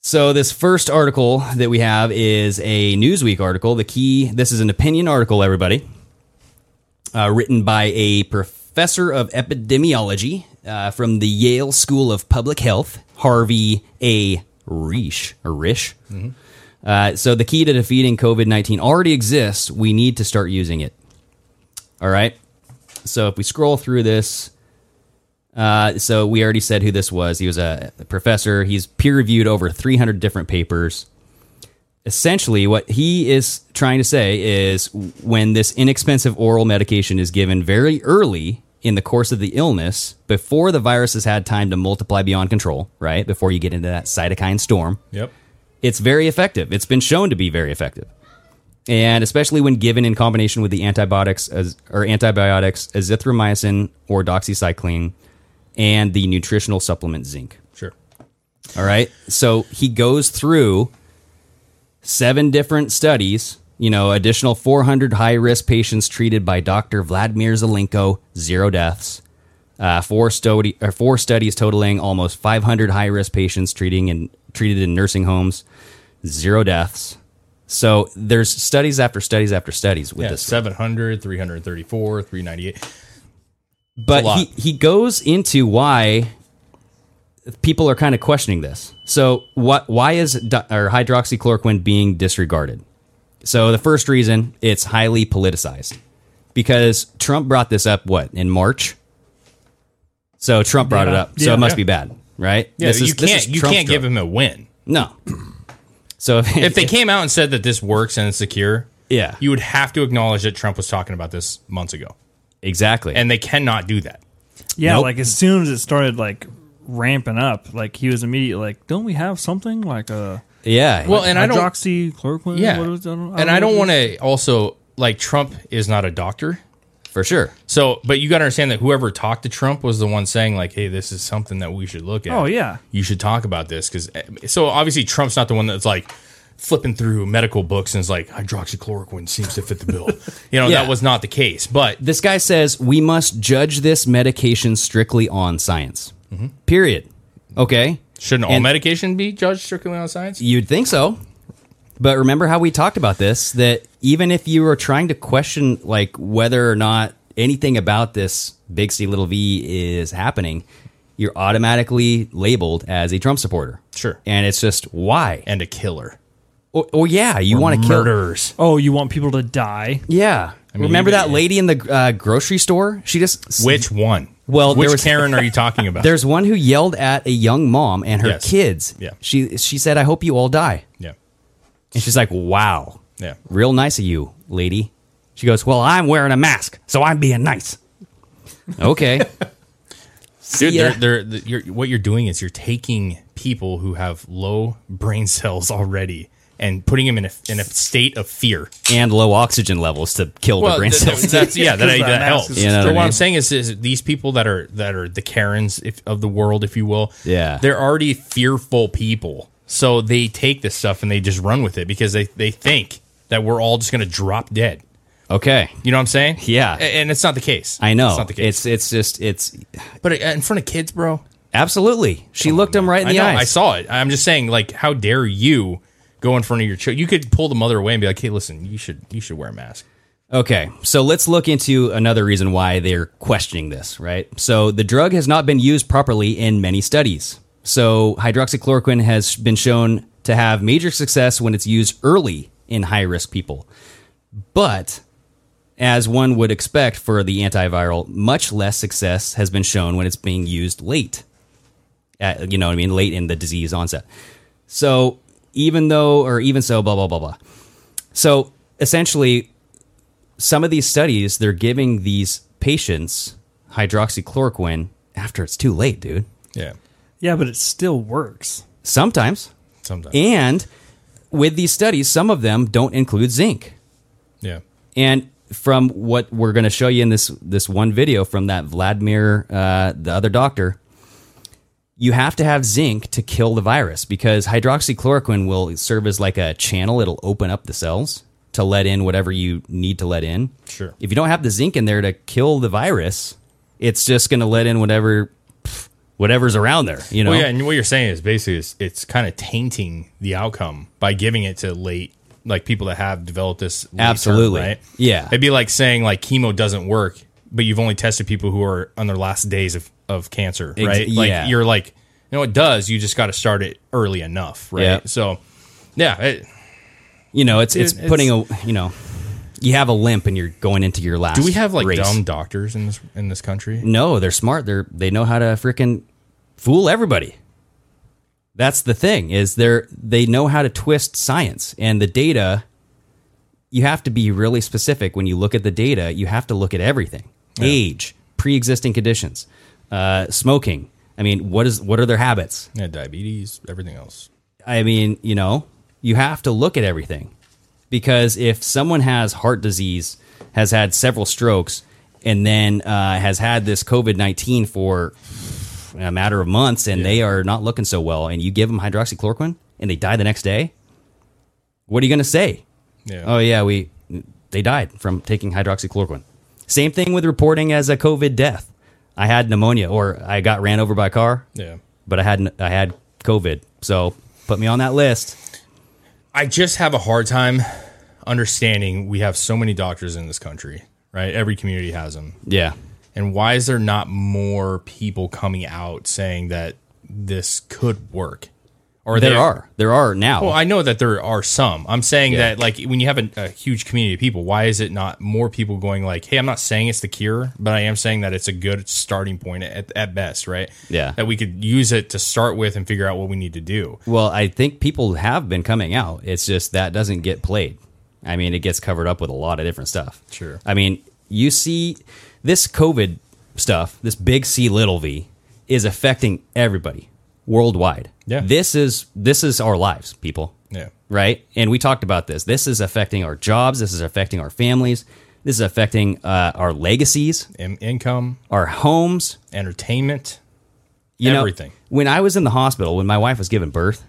So this first article that we have is a Newsweek article. The key. This is an opinion article, everybody, uh, written by a professor of epidemiology uh, from the Yale School of Public Health, Harvey A. Risch. Or Risch. Uh, so the key to defeating COVID nineteen already exists. We need to start using it. All right. So if we scroll through this, uh, so we already said who this was. He was a professor. He's peer reviewed over 300 different papers. Essentially, what he is trying to say is when this inexpensive oral medication is given very early in the course of the illness, before the virus has had time to multiply beyond control, right? Before you get into that cytokine storm, Yep. it's very effective. It's been shown to be very effective. And especially when given in combination with the antibiotics as, or antibiotics, azithromycin or doxycycline, and the nutritional supplement zinc. Sure. All right. So he goes through seven different studies, you know, additional 400 high risk patients treated by Dr. Vladimir Zelenko, zero deaths. Uh, four, study, or four studies totaling almost 500 high risk patients treating in, treated in nursing homes, zero deaths. So there's studies after studies after studies with Yeah, this. 700, 334, 398. but lot. he, he goes into why people are kind of questioning this. So, what? Why is di- or hydroxychloroquine being disregarded? So, the first reason it's highly politicized because Trump brought this up what in March. So Trump brought it Yeah. up. So Yeah. it must Yeah. be bad, right? Yeah, you can't you Trump's can't give drug. him a win. no. So if, If they came out and said that this works and it's secure, yeah, you would have to acknowledge that Trump was talking about this months ago, exactly. and they cannot do that. Yeah, Nope. like as soon as it started like ramping up, like he was immediately like, "Don't we have something like a yeah, Well, and I don't- hydroxychloroquine?" Yeah, What is- and I don't know. want to also like Trump is not a doctor, for sure. so but you got to understand that whoever talked to Trump was the one saying like, hey, this is something that we should look at. Oh, yeah. you should talk about this because so obviously Trump's not the one that's like flipping through medical books and is like hydroxychloroquine seems to fit the bill. you know Yeah. that was not the case, but This guy says we must judge this medication strictly on science. Period. Okay. shouldn't all And- medication be judged strictly on science? You'd think so. But remember how we talked about this that even if you were trying to question like whether or not anything about this big C little V is happening, you're automatically labeled as a Trump supporter. Sure. And it's just why? and a killer. Oh, oh, yeah, you want to kill murderers. Oh, you want people to die? Yeah. mean, remember you- that lady in the uh, grocery store? She just Which one? Well, which there was- Karen are you talking about? There's one who yelled at a young mom and her Yes. kids. Yeah. She she said, "I hope you all die." yeah, And she's like, "Wow, yeah. real nice of you, lady." She goes, "Well, I'm wearing a mask, so I'm being nice." Okay. Dude, See uh, ya. they're, they're, you're, what you're doing is you're taking people who have low brain cells already and putting them in a, in a state of fear. and low oxygen levels to kill the brain th- th- cells. that's yeah, that, Because that that mask helps. is You know so what I what mean? I'm saying is, is these people that are that are the Karens if, of the world, if you will, Yeah. they're already fearful people. So they take this stuff and they just run with it because they, they think that we're all just going to drop dead. okay. You know what I'm saying? Yeah. A- And it's not the case. I know. It's not the case. It's it's just it's but uh, in front of kids, bro. absolutely. She looked him right in I the know. eyes. I saw it. I'm just saying, like, how dare you go in front of your child? You could pull the mother away and be like, "Hey, listen, you should you should wear a mask." Okay, so let's look into another reason why they're questioning this, right? So the drug has not been used properly in many studies. So hydroxychloroquine has been shown to have major success when it's used early in high risk people. But as one would expect for the antiviral, much less success has been shown when it's being used late. At, you know what I mean? Late in the disease onset. So even though, or even so, blah, blah, blah, blah. So essentially, some of these studies, they're giving these patients hydroxychloroquine after it's too late, dude. Yeah, Yeah, but it still works. Sometimes. sometimes. And with these studies, some of them don't include zinc. yeah, And from what we're going to show you in this this one video from that Vladimir, uh, the other doctor, you have to have zinc to kill the virus because hydroxychloroquine will serve as like a channel. It'll open up the cells to let in whatever you need to let in. Sure. If you don't have the zinc in there to kill the virus, it's just going to let in whatever pff, whatever's around there. You know. Well, yeah, and what you're saying is basically it's, it's kind of tainting the outcome by giving it to late, like people that have developed this. late term, Absolutely. right? Yeah. it'd be like saying like chemo doesn't work, but you've only tested people who are on their last days of of cancer, Ex- right? like yeah. you're like, you know, it does. You just got to start it early enough, right? Yeah. So, yeah. It, You know, it's it's Dude, putting a you know. You have a limp and you're going into your last. Do we have like race. dumb doctors in this in this country? No, they're smart. They're they know how to freaking fool everybody. That's the thing is they're they know how to twist science and the data. You have to be really specific when you look at the data. You have to look at everything: age, pre-existing conditions, uh, smoking. I mean, what is what are their habits? Yeah, diabetes, everything else. I mean, you know, you have to look at everything because if someone has heart disease, has had several strokes, and then uh, has had this COVID 19 for a matter of months and they are not looking so well, and you give them hydroxychloroquine and they die the next day, what are you going to say? Yeah. Oh, yeah, we they died from taking hydroxychloroquine. Same thing with reporting as a COVID death. I had pneumonia or I got ran over by a car yeah. but I had I had COVID, so put me on that list. I just have a hard time understanding we have so many doctors in this country, right? Every community has them. Yeah, And why is there not more people coming out saying that this could work. Or there, are there are now. Well, I know that there are some. I'm saying that like when you have a, a huge community of people, why is it not more people going like, "Hey, I'm not saying it's the cure, but I am saying that it's a good starting point at, at best, right? Yeah. that we could use it to start with and figure out what we need to do." Well, I think people have been coming out. It's just that doesn't get played. I mean, it gets covered up with a lot of different stuff. Sure. I mean, you see this COVID stuff, this big C little V is affecting everybody worldwide. Yeah. This is this is our lives, people. Yeah. Right? And we talked about this. This is affecting our jobs, this is affecting our families, this is affecting uh, our legacies, In- income, our homes, entertainment, you know, everything. when I was in the hospital, when my wife was giving birth,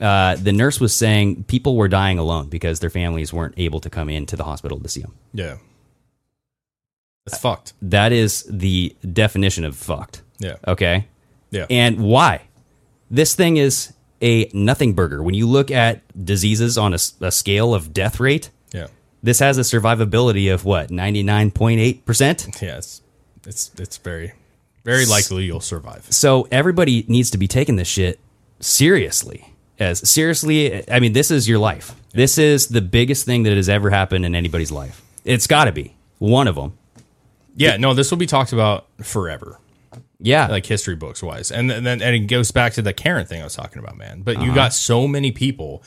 uh, the nurse was saying people were dying alone because their families weren't able to come into the hospital to see them. Yeah, that's fucked. That is the definition of fucked. Yeah. Okay. Yeah. Oh. And why? This thing is a nothing burger. When you look at diseases on a, s- a scale of death rate, yeah, this has a survivability of what, 99.8%? yeah. It's it's, it's very very likely you'll survive. So everybody needs to be taking this shit seriously. As seriously, I mean, this is your life. This is the biggest thing that has ever happened in anybody's life. It's got to be one of them. Yeah, no, this will be talked about forever. Yeah. like history books wise. And then and it goes back to the Karen thing I was talking about, man. But you got so many people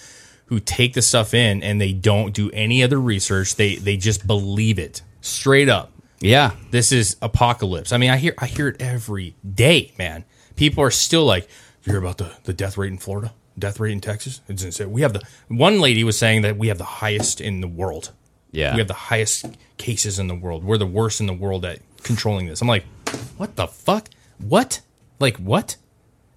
who take this stuff in and they don't do any other research. They they just believe it straight up. yeah. This is apocalypse. I mean, I hear I hear it every day, man. People are still like, you hear about the, the death rate in Florida, death rate in Texas. It's insane. We have the one lady was saying that we have the highest in the world. Yeah. We have the highest cases in the world. We're the worst in the world at controlling this. I'm like, what the fuck? What? Like what?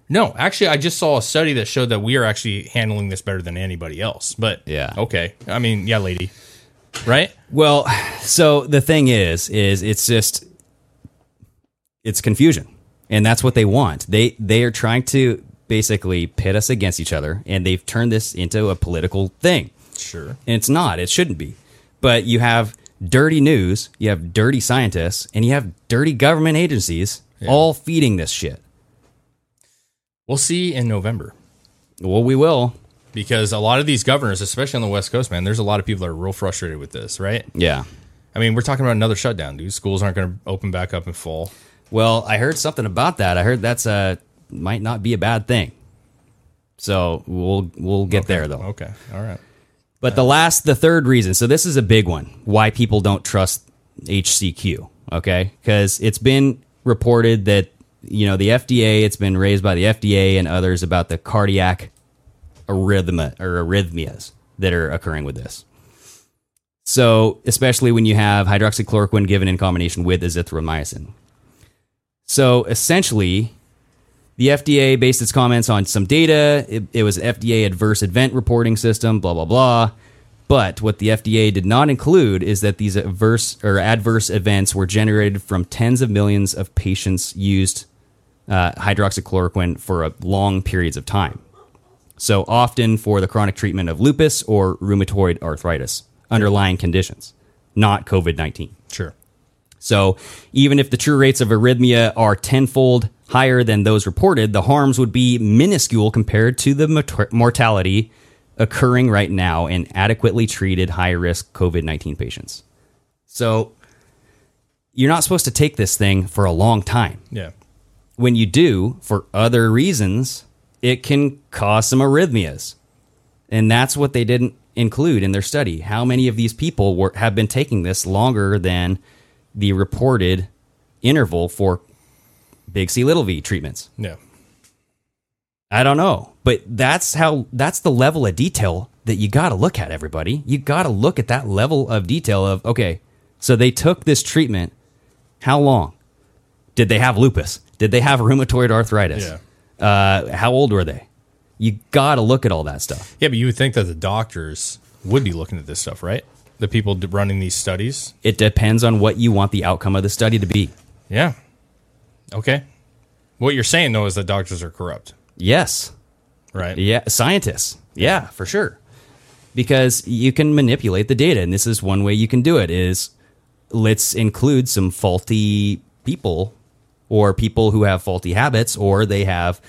No, actually, I just saw a study that showed that we are actually handling this better than anybody else. But Yeah. okay. I mean, yeah, lady, right? Well, so the thing is, is it's just it's confusion, and that's what they want. They they are trying to basically pit us against each other, and they've turned this into a political thing. Sure. And it's not. It shouldn't be. But you have dirty news, you have dirty scientists, and you have dirty government agencies all feeding this shit. We'll see in November. Well, we will. because a lot of these governors, especially on the West Coast, man, there's a lot of people that are real frustrated with this, right? Yeah. I mean, we're talking about another shutdown, dude. Schools aren't going to open back up in fall. Well, I heard something about that. I heard that's a might not be a bad thing. So we'll we'll get there though. Okay, all right. But the last, the third reason. So this is a big one. Why people don't trust HCQ. Okay, because it's been reported that you know the FDA. It's been raised by the FDA and others about the cardiac arrhythmia or arrhythmias that are occurring with this. So especially when you have hydroxychloroquine given in combination with azithromycin. So essentially, the FDA based its comments on some data. It, it was an FDA adverse event reporting system, blah blah blah. But what the FDA did not include is that these adverse or adverse events were generated from tens of millions of patients used uh, hydroxychloroquine for a long periods of time. So often for the chronic treatment of lupus or rheumatoid arthritis, underlying conditions, not COVID nineteen. Sure. So even if the true rates of arrhythmia are tenfold higher than those reported, the harms would be minuscule compared to the mort- mortality occurring right now in adequately treated high risk COVID 19 patients. So you're not supposed to take this thing for a long time. Yeah. When you do, for other reasons, it can cause some arrhythmias. And that's what they didn't include in their study. How many of these people were, have been taking this longer than the reported interval for big C little v treatments? Yeah. I don't know, but that's how that's the level of detail that you got to look at everybody. You got to look at that level of detail of okay, so they took this treatment how long? Did they have lupus? Did they have rheumatoid arthritis? Yeah. Uh, how old were they? You got to look at all that stuff. Yeah, but you would think that the doctors would be looking at this stuff, right? The people d- running these studies. It depends on what you want the outcome of the study to be. Yeah. Okay. What you're saying though is that doctors are corrupt, Yes. right? Yeah. Scientists. Yeah, for sure. Because you can manipulate the data, and this is one way you can do it is let's include some faulty people or people who have faulty habits or they have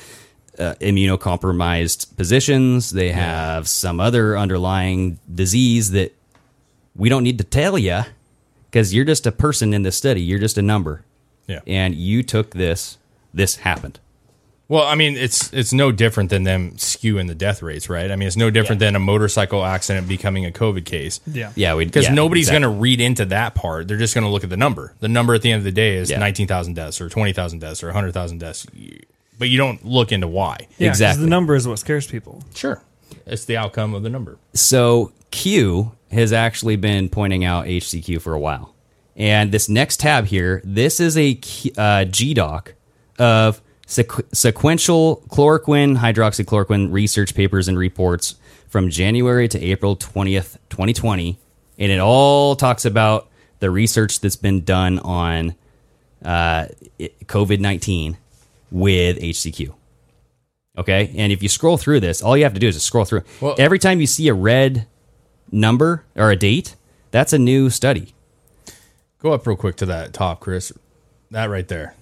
uh, immunocompromised positions. They have some other underlying disease that we don't need to tell you because you're just a person in this study. You're just a number. Yeah. And you took this. This happened. Well, I mean, it's it's no different than them skewing the death rates, right? I mean, it's no different than a motorcycle accident becoming a COVID case. Yeah. Yeah. we- Because yeah, nobody's exactly. going to read into that part. They're just going to look at the number. The number at the end of the day is Yeah. 19,000 deaths or 20,000 deaths or 100,000 deaths. But you don't look into why. Yeah, 'cause Exactly. The number is what scares people. Sure. It's the outcome of the number. So Q has actually been pointing out HCQ for a while. And this next tab here, this is a Q- uh, GDoc of sequ- sequential chloroquine, hydroxychloroquine research papers and reports from January to April 20th, 2020. And it all talks about the research that's been done on uh, COVID 19 with HCQ. Okay. And if you scroll through this, all you have to do is just scroll through. Well- Every time you see a red number or a date, that's a new study. Go up real quick to that top, Chris. That right there.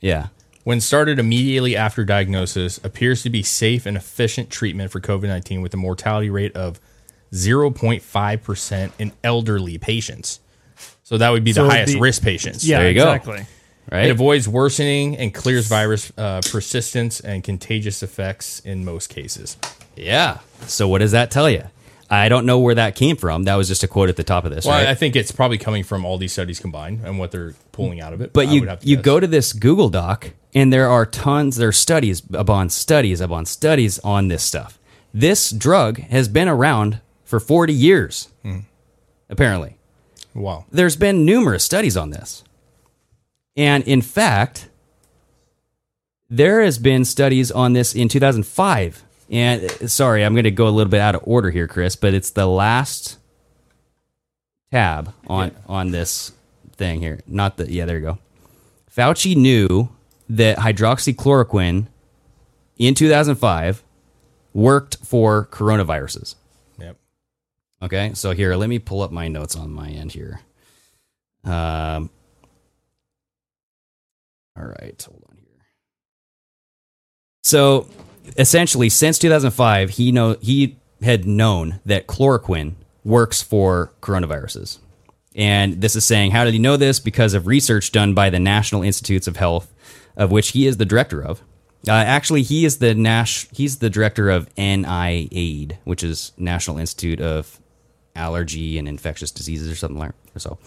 Yeah. When started immediately after diagnosis, appears to be safe and efficient treatment for COVID 19 with a mortality rate of 0.5% in elderly patients. So that would be So the it'd highest be- risk patients. Yeah, There you go. exactly. Right. It avoids worsening and clears virus uh, persistence and contagious effects in most cases. yeah. So what does that tell you? I don't know where that came from. That was just a quote at the top of this. Well, right? I think it's probably coming from all these studies combined and what they're pulling out of it. But I you would have to you guess. go to this Google Doc and there are tons, there are studies upon studies upon studies on this stuff. This drug has been around for 40 years, Hmm. apparently. wow. There's been numerous studies on this. And in fact, there has been studies on this in 2005. And uh, sorry, I'm going to go a little bit out of order here, Chris, but it's the last tab on on this thing here. Not the yeah, there you go. Fauci knew that hydroxychloroquine in 2005 worked for coronaviruses. Yep. Okay, so here, let me pull up my notes on my end here. Um, all right, hold on here. So, essentially, since 2005, he know he had known that chloroquine works for coronaviruses, and this is saying, how did he know this? Because of research done by the National Institutes of Health, of which he is the director of. Uh, actually, he is the Nash. He's the director of NIAID, which is National Institute of Allergy and Infectious Diseases, or something like or so.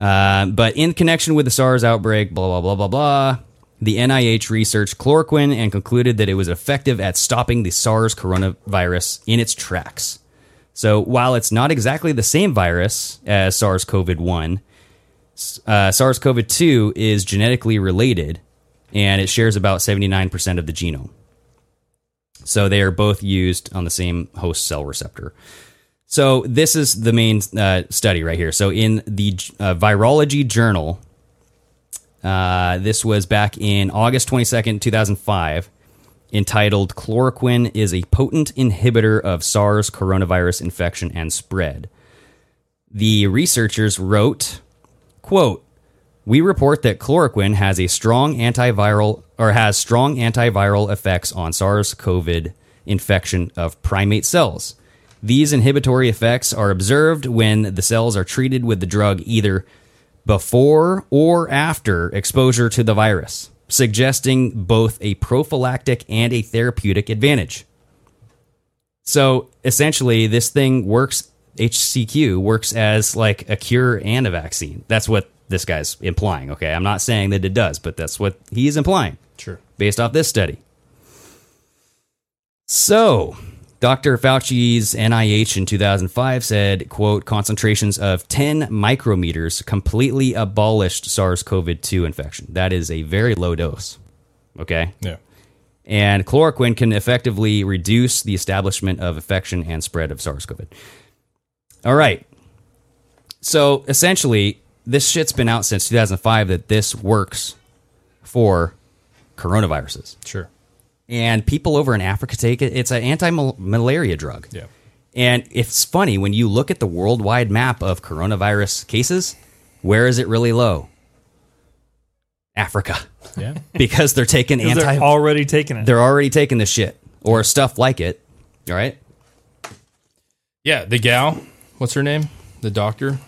Uh, but in connection with the SARS outbreak, blah, blah, blah, blah, blah, the NIH researched chloroquine and concluded that it was effective at stopping the SARS coronavirus in its tracks. So while it's not exactly the same virus as SARS CoV 1, uh, SARS CoV 2 is genetically related and it shares about 79% of the genome. So they are both used on the same host cell receptor. So this is the main uh, study right here. So in the uh, Virology Journal, uh, this was back in August 22nd, 2005, entitled Chloroquine is a potent inhibitor of SARS coronavirus infection and spread. The researchers wrote, quote, we report that chloroquine has a strong antiviral or has strong antiviral effects on SARS-CoV infection of primate cells. These inhibitory effects are observed when the cells are treated with the drug either before or after exposure to the virus, suggesting both a prophylactic and a therapeutic advantage. So essentially, this thing works. HCQ works as like a cure and a vaccine. That's what this guy's implying. Okay, I'm not saying that it does, but that's what he's implying Sure. based off this study. So, Dr. Fauci's NIH in 2005 said, quote, concentrations of 10 micrometers completely abolished SARS-CoV-2 infection. That is a very low dose. Okay? Yeah. and chloroquine can effectively reduce the establishment of infection and spread of SARS-CoV. All right. So essentially, this shit's been out since 2005 that this works for coronaviruses. Sure. And people over in Africa take it. It's an anti-malaria drug. Yeah. And it's funny when you look at the worldwide map of coronavirus cases, where is it really low? Africa. Yeah. because they're taking 'Cause anti. they're already taking it. They're already taking the shit or stuff like it. All right. Yeah, the gal. What's her name? The doctor.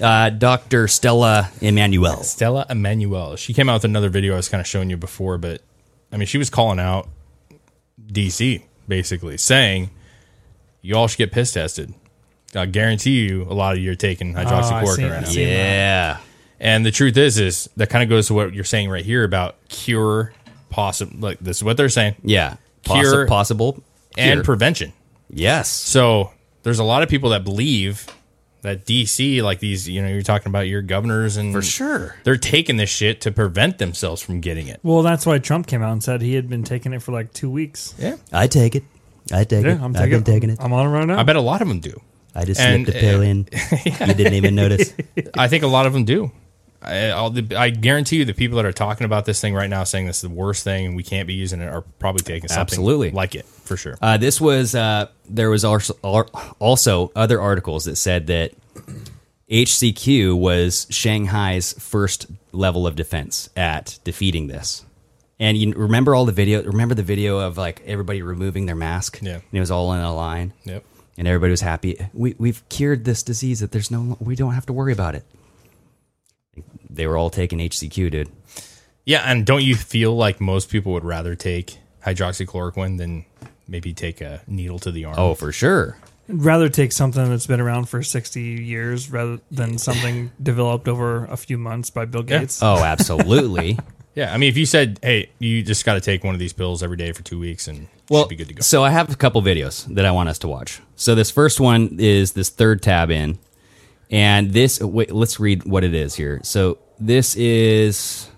Uh, Dr. Stella Emanuel. Stella Emanuel. She came out with another video I was kind of showing you before, but I mean, she was calling out DC basically, saying you all should get piss tested. I guarantee you, a lot of you are taking Oh, I hydroxychloroquine seen- I right now. seen that. Yeah. And the truth is, is that kind of goes to what you're saying right here about cure, possible. Like this is what they're saying, Yeah. Cure. possible. and cure. prevention. yes. So there's a lot of people that believe that DC, like these, you know, you're talking about your governors and For sure. they're taking this shit to prevent themselves from getting it. Well, that's why Trump came out and said he had been taking it for like two weeks. Yeah, I take it. I take Yeah, I'm taking, it. I'm uh, on it right now. I bet a lot of them do. I just And- slipped a pill in. You didn't even notice. I think a lot of them do. I, I'll, I guarantee you, the people that are talking about this thing right now, saying this is the worst thing and we can't be using it, are probably taking something Absolutely. like it for sure. Uh, this was uh, there was also, also other articles that said that HCQ was Shanghai's first level of defense at defeating this. And you remember all the video? Remember the video of like everybody removing their mask? Yeah. and it was all in a line. Yep. and everybody was happy. We we've cured this disease. That there's no we don't have to worry about it. They were all taking HCQ, dude. Yeah, and don't you feel like most people would rather take hydroxychloroquine than maybe take a needle to the arm? Oh, for sure. I'd rather take something that's been around for 60 years rather than something developed over a few months by Bill Yeah. Gates. Oh, absolutely. yeah. I mean, if you said, "Hey, you just got to take one of these pills every day for two weeks and well, well, should be good to go," so I have a couple videos that I want us to watch. So this first one is this third tab in, and this wait, let's read what it is here. So this is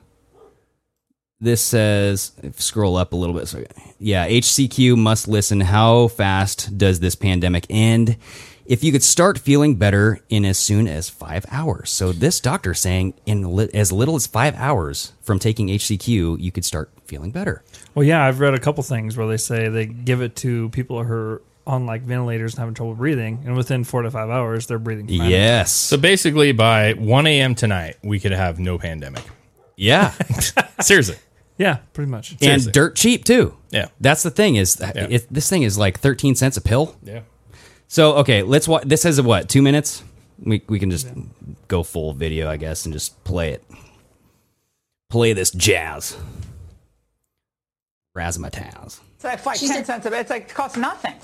this says if scroll up a little bit. So yeah, HCQ must listen. How fast does this pandemic end? If you could start feeling better in as soon as five hours. So this doctor saying in li- as little as five hours from taking HCQ, you could start feeling better. Well, yeah, I've read a couple things where they say they give it to people who are on like ventilators and having trouble breathing, and within four to five hours, they're breathing fine. Yes. so basically, by 1 a.m. tonight, we could have no pandemic. Yeah. Seriously, Yeah, pretty much. Seriously. and dirt cheap too. Yeah. That's the thing is that Yeah. it, this thing is like 13 cents a pill. yeah. So, okay, let's watch. This is what, two minutes? We, we can just go full video, I guess, and just play it. Play this jazz. Razzmatazz. So that's like 10 cents a bit. It's like, it costs nothing.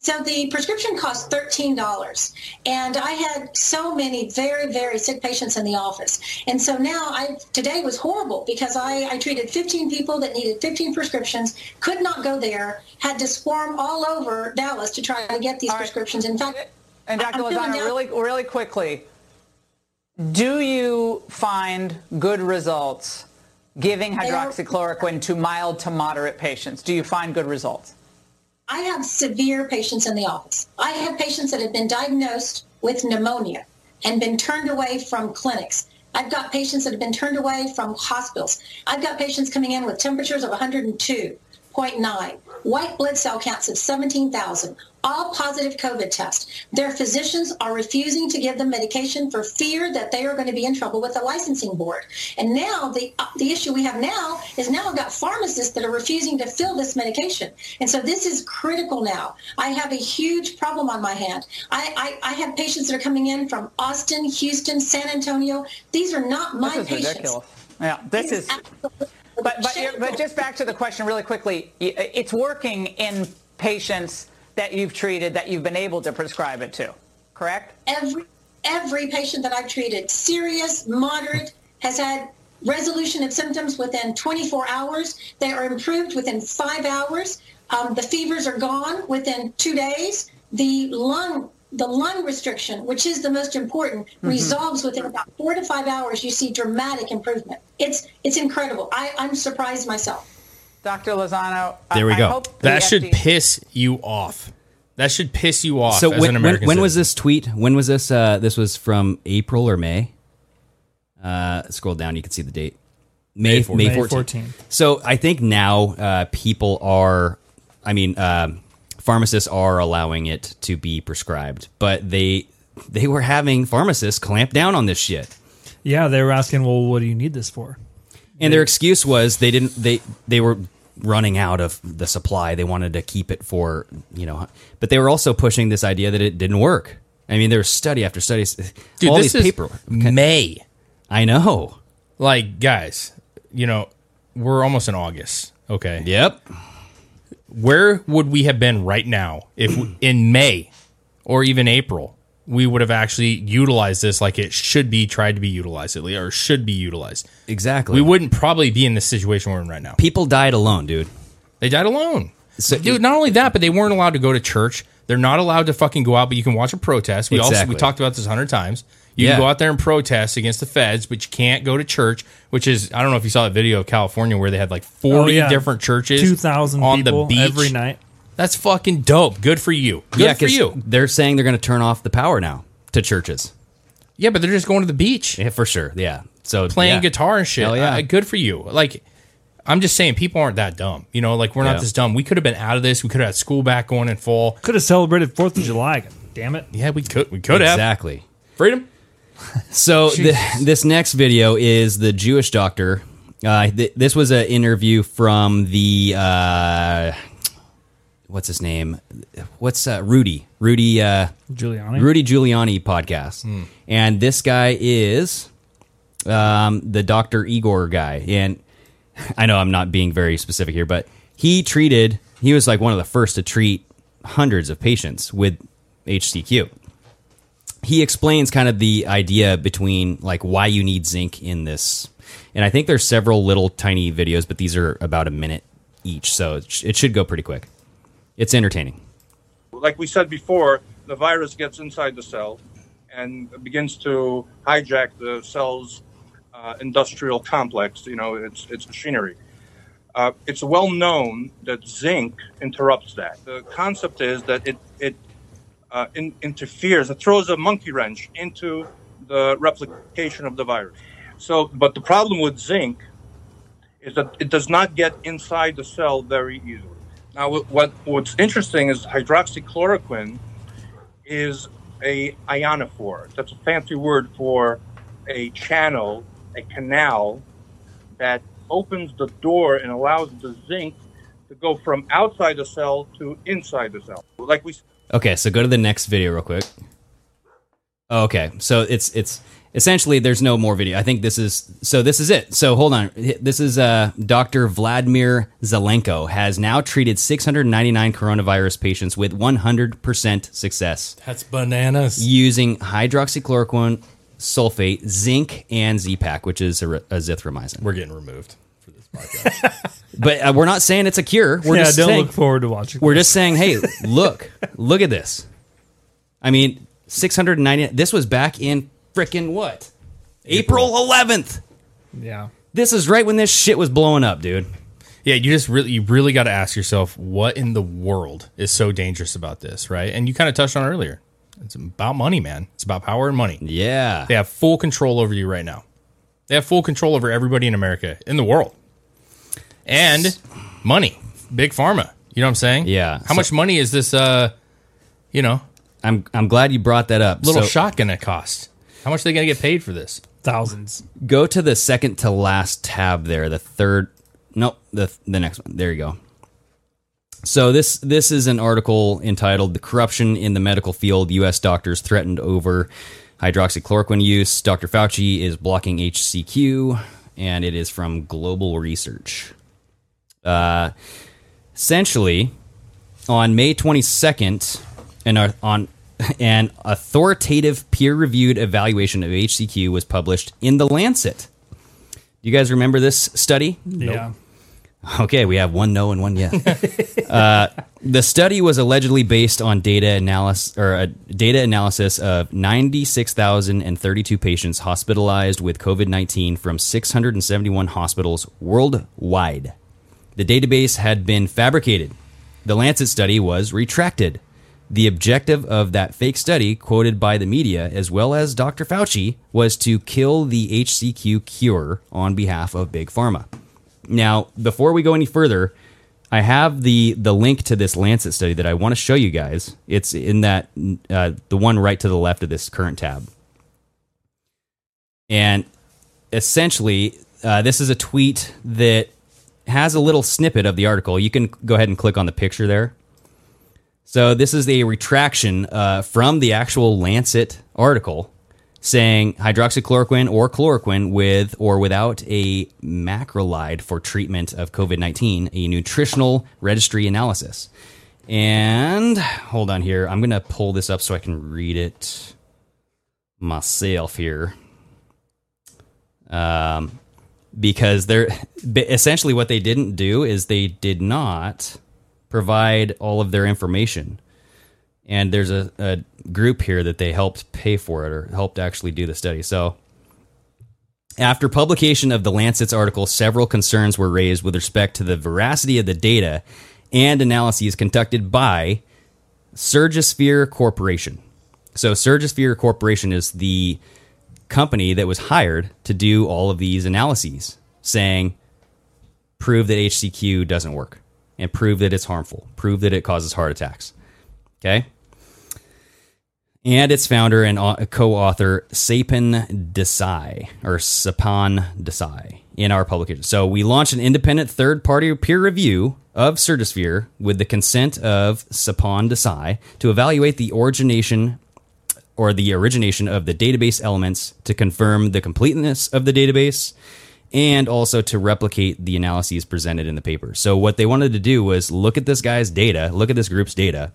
So the prescription cost $13. And I had so many very, very sick patients in the office. And so now I, today was horrible because I, I treated 15 people that needed 15 prescriptions, could not go there, had to swarm all over Dallas to try to get these All right. prescriptions. In fact, And Dr. I'm feeling Lozano, down. really, really quickly, do you find good results giving They are- hydroxychloroquine to mild to moderate patients? Do you find good results? I have severe patients in the office. I have patients that have been diagnosed with pneumonia and been turned away from clinics. I've got patients that have been turned away from hospitals. I've got patients coming in with temperatures of 102.9, white blood cell counts of 17,000, all positive COVID tests. Their physicians are refusing to give them medication for fear that they are going to be in trouble with the licensing board. And now the uh, the issue we have now is now I've got pharmacists that are refusing to fill this medication. And so this is critical now. I have a huge problem on my hand. I, I, I have patients that are coming in from Austin, Houston, San Antonio. These are not my This is patients. ridiculous. Yeah, this is. Absolutely But but you're- but shameful. just back to the question really quickly. Y- It's working in patients that you've treated that you've been able to prescribe it to, correct? every every patient that I've treated, serious, moderate, has had resolution of symptoms within 24 hours. They are improved within five hours. Um, the fevers are gone within two days. The lung the lung restriction, which is the most important, resolves within about four to five hours. You see dramatic improvement. It's it's incredible. I, I'm surprised myself. Dr. Lozano, There we I go. hope the That should FDA piss you off. That should piss you off So, as an when, when, American. when was citizen. this tweet? When was this? Uh, this was from April or May. Uh, scroll down, you can see the date. May, May 14th. 14th. So I think now uh, people are, I mean, um, pharmacists are allowing it to be prescribed, but they they were having pharmacists clamp down on this shit. Yeah, they were asking, well, what do you need this for? And their excuse was they didn't they they were running out of the supply. They wanted to keep it for you know, but they were also pushing this idea that it didn't work. I mean, there's study after study. Dude, all this is these paper May. I know. Like, guys, you know, we're almost in August. Okay. Yep. Where would we have been right now if we- in May or even April we would have actually utilized this like it should be tried to be utilized at least or should be utilized? Exactly. We wouldn't probably be in the situation we're in right now. People died alone, dude. They died alone. dude, not only that, but they weren't allowed to go to church. They're not allowed to fucking go out, but you can watch a protest. We also we Exactly. talked about this a hundred times. You Yeah. can go out there and protest against the feds, but you can't go to church, which is I don't know if you saw that video of California where they had like forty Oh, yeah. different churches, 2,000 on people the beach every night. That's fucking dope. Good for you. Good yeah, for 'cause you. They're saying they're going to turn off the power now to churches. Yeah, but they're just going to the beach. Yeah, for sure. Yeah. So playing yeah. guitar and shit. Hell yeah. Uh, good for you. Like, I'm just saying, people aren't that dumb. You know, like we're not Yeah. this dumb. We could have been out of this. We could have had school back going in fall. Could have celebrated Fourth of July. God damn it. Yeah, we could. We could have exactly. freedom. So th- this next video is the Jewish doctor. Uh, th- this was an interview from the uh, what's his name? What's uh, Rudy? Rudy uh, Giuliani. Rudy Giuliani podcast. And this guy is um, the Dr. Igor guy. And I know I'm not being very specific here, but he treated, he was like one of the first to treat hundreds of patients with HCQ. He explains kind of the idea between like why you need zinc in this. And I think there's several little tiny videos, but these are about a minute each. So it, sh- it should go pretty quick. It's entertaining. like we said before, the virus gets inside the cell and begins to hijack the cell's uh, industrial complex, you know, its, its machinery. Uh, it's well known that zinc interrupts that. The concept is that it, it uh, in, interferes, it throws a monkey wrench into the replication of the virus. So, but the problem with zinc is that it does not get inside the cell very easily. Now, wh- what what's interesting is hydroxychloroquine is a ionophore. That's a fancy word for a channel, a canal that opens the door and allows the zinc to go from outside the cell to inside the cell. Like we s- Okay, so go to the next video real quick. Oh, Okay, so it's it's essentially there's no more video. I think this is so this is it. So hold on, this is uh, Dr. Vladimir Zelenko has now treated 699 coronavirus patients with 100 percent success That's bananas. using hydroxychloroquine, sulfate, zinc, and ZPAC, which is a azithromycin. We're getting removed. But uh, we're not saying it's a cure. We're yeah, just don't saying, look forward to watching. We're just saying, hey, look, look at this. I mean, 690. This was back in frickin' what? April 11th. Yeah. This is right when this shit was blowing up, dude. Yeah, you just really you really got to ask yourself what in the world is so dangerous about this, right? And you kind of touched on it earlier. It's about money, man. It's about power and money. Yeah. They have full control over you right now. They have full control over everybody in America, in the world. And money. Big pharma. You know what I'm saying? Yeah. How much money is this uh you know, I'm I'm glad you brought that up. little So- shot gonna cost? How much are they gonna get paid for this? Thousands. Go to the second to last tab there, the third. Nope, the the next one. There you go. So this this is an article entitled "The Corruption in the Medical Field: U.S. Doctors Threatened Over Hydroxychloroquine Use." Dr. Fauci is blocking HCQ, and it is from Global Research. Uh, essentially, on May 22nd, an uh, on an authoritative peer-reviewed evaluation of HCQ was published in the Lancet. You guys remember this study? Yeah. Okay, we have one no and one yes. uh, the study was allegedly based on data analysis or a data analysis of 96,032 patients hospitalized with COVID-19 from 671 hospitals worldwide. The database had been fabricated. The Lancet study was retracted. The objective of that fake study, quoted by the media as well as Dr. Fauci, was to kill the HCQ cure on behalf of Big Pharma. Now, before we go any further, I have the the link to this Lancet study that I want to show you guys. It's in that uh, the one right to the left of this current tab, and essentially Uh, this is a tweet that has a little snippet of the article. You can go ahead and click on the picture there. So this is a retraction uh, from the actual Lancet article saying hydroxychloroquine or chloroquine with or without a macrolide for treatment of COVID-19, a nutritional registry analysis. And hold on here. I'm going to pull this up so I can read it myself here. Um, because they're essentially what they didn't do is they did not provide all of their information. And there's a, a group here that they helped pay for it or helped actually do the study. So after publication of the Lancet's article, several concerns were raised with respect to the veracity of the data and analyses conducted by Surgisphere Corporation. So Surgisphere Corporation is the company that was hired to do all of these analyses, saying, prove that HCQ doesn't work and prove that it's harmful, prove that it causes heart attacks. Okay. And its founder and co author, Sapin Desai, or Sapan Desai, in our publication. So we launched an independent third party peer review of Certisphere with the consent of Sapan Desai to evaluate the origination or the origination of the database elements to confirm the completeness of the database and also to replicate the analyses presented in the paper. So what they wanted to do was look at this guy's data, look at this group's data,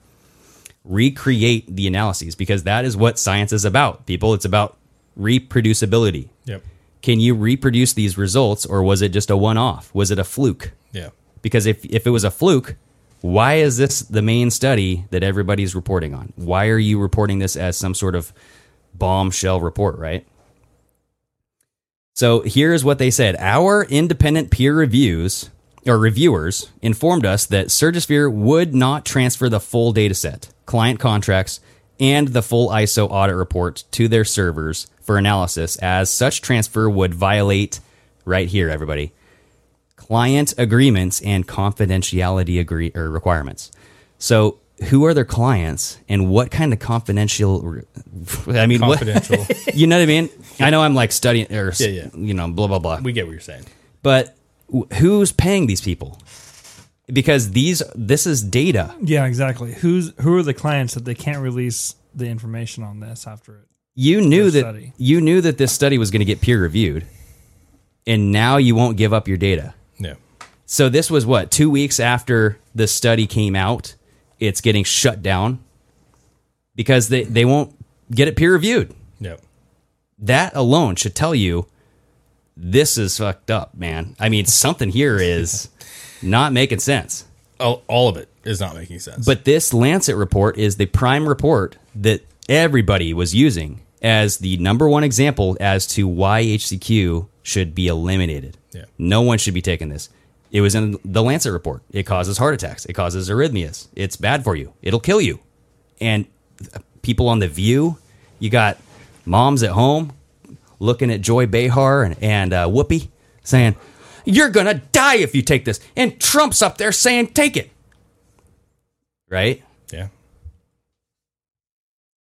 recreate the analyses because that is what science is about. People, it's about reproducibility. Yep. Can you reproduce these results or was it just a one-off? Was it a fluke? Yeah. Because if if it was a fluke, why is this the main study that everybody's reporting on? Why are you reporting this as some sort of bombshell report, right? So here's what they said Our independent peer reviews or reviewers informed us that Surgisphere would not transfer the full dataset, client contracts, and the full ISO audit report to their servers for analysis, as such transfer would violate, right here, everybody, client agreements and confidentiality agree or requirements. So, who are their clients and what kind of confidential? I mean, Confidential. What, you know what I mean? I know I'm like studying or Yeah, yeah. you know blah blah blah. We get what you're saying. But wh- who's paying these people? Because these this is data. Yeah, exactly. Who's who are the clients that they can't release the information on this after it? You knew Their that study. you knew that this study was going to get peer reviewed, and now you won't give up your data. No. So this was what two weeks after the study came out. It's getting shut down because they they won't get it peer reviewed. No. That alone should tell you this is fucked up, man. I mean, something here is not making sense. All, all of it is not making sense. But this Lancet report is the prime report that everybody was using as the number one example as to why HCQ should be eliminated. Yeah. No one should be taking this. It was in the Lancet report. It causes heart attacks. It causes arrhythmias. It's bad for you. It'll kill you. And people on The View, you got moms at home looking at Joy Behar and, and uh, Whoopi saying, You're going to die if you take this. And Trump's up there saying, Take it. Right? Yeah.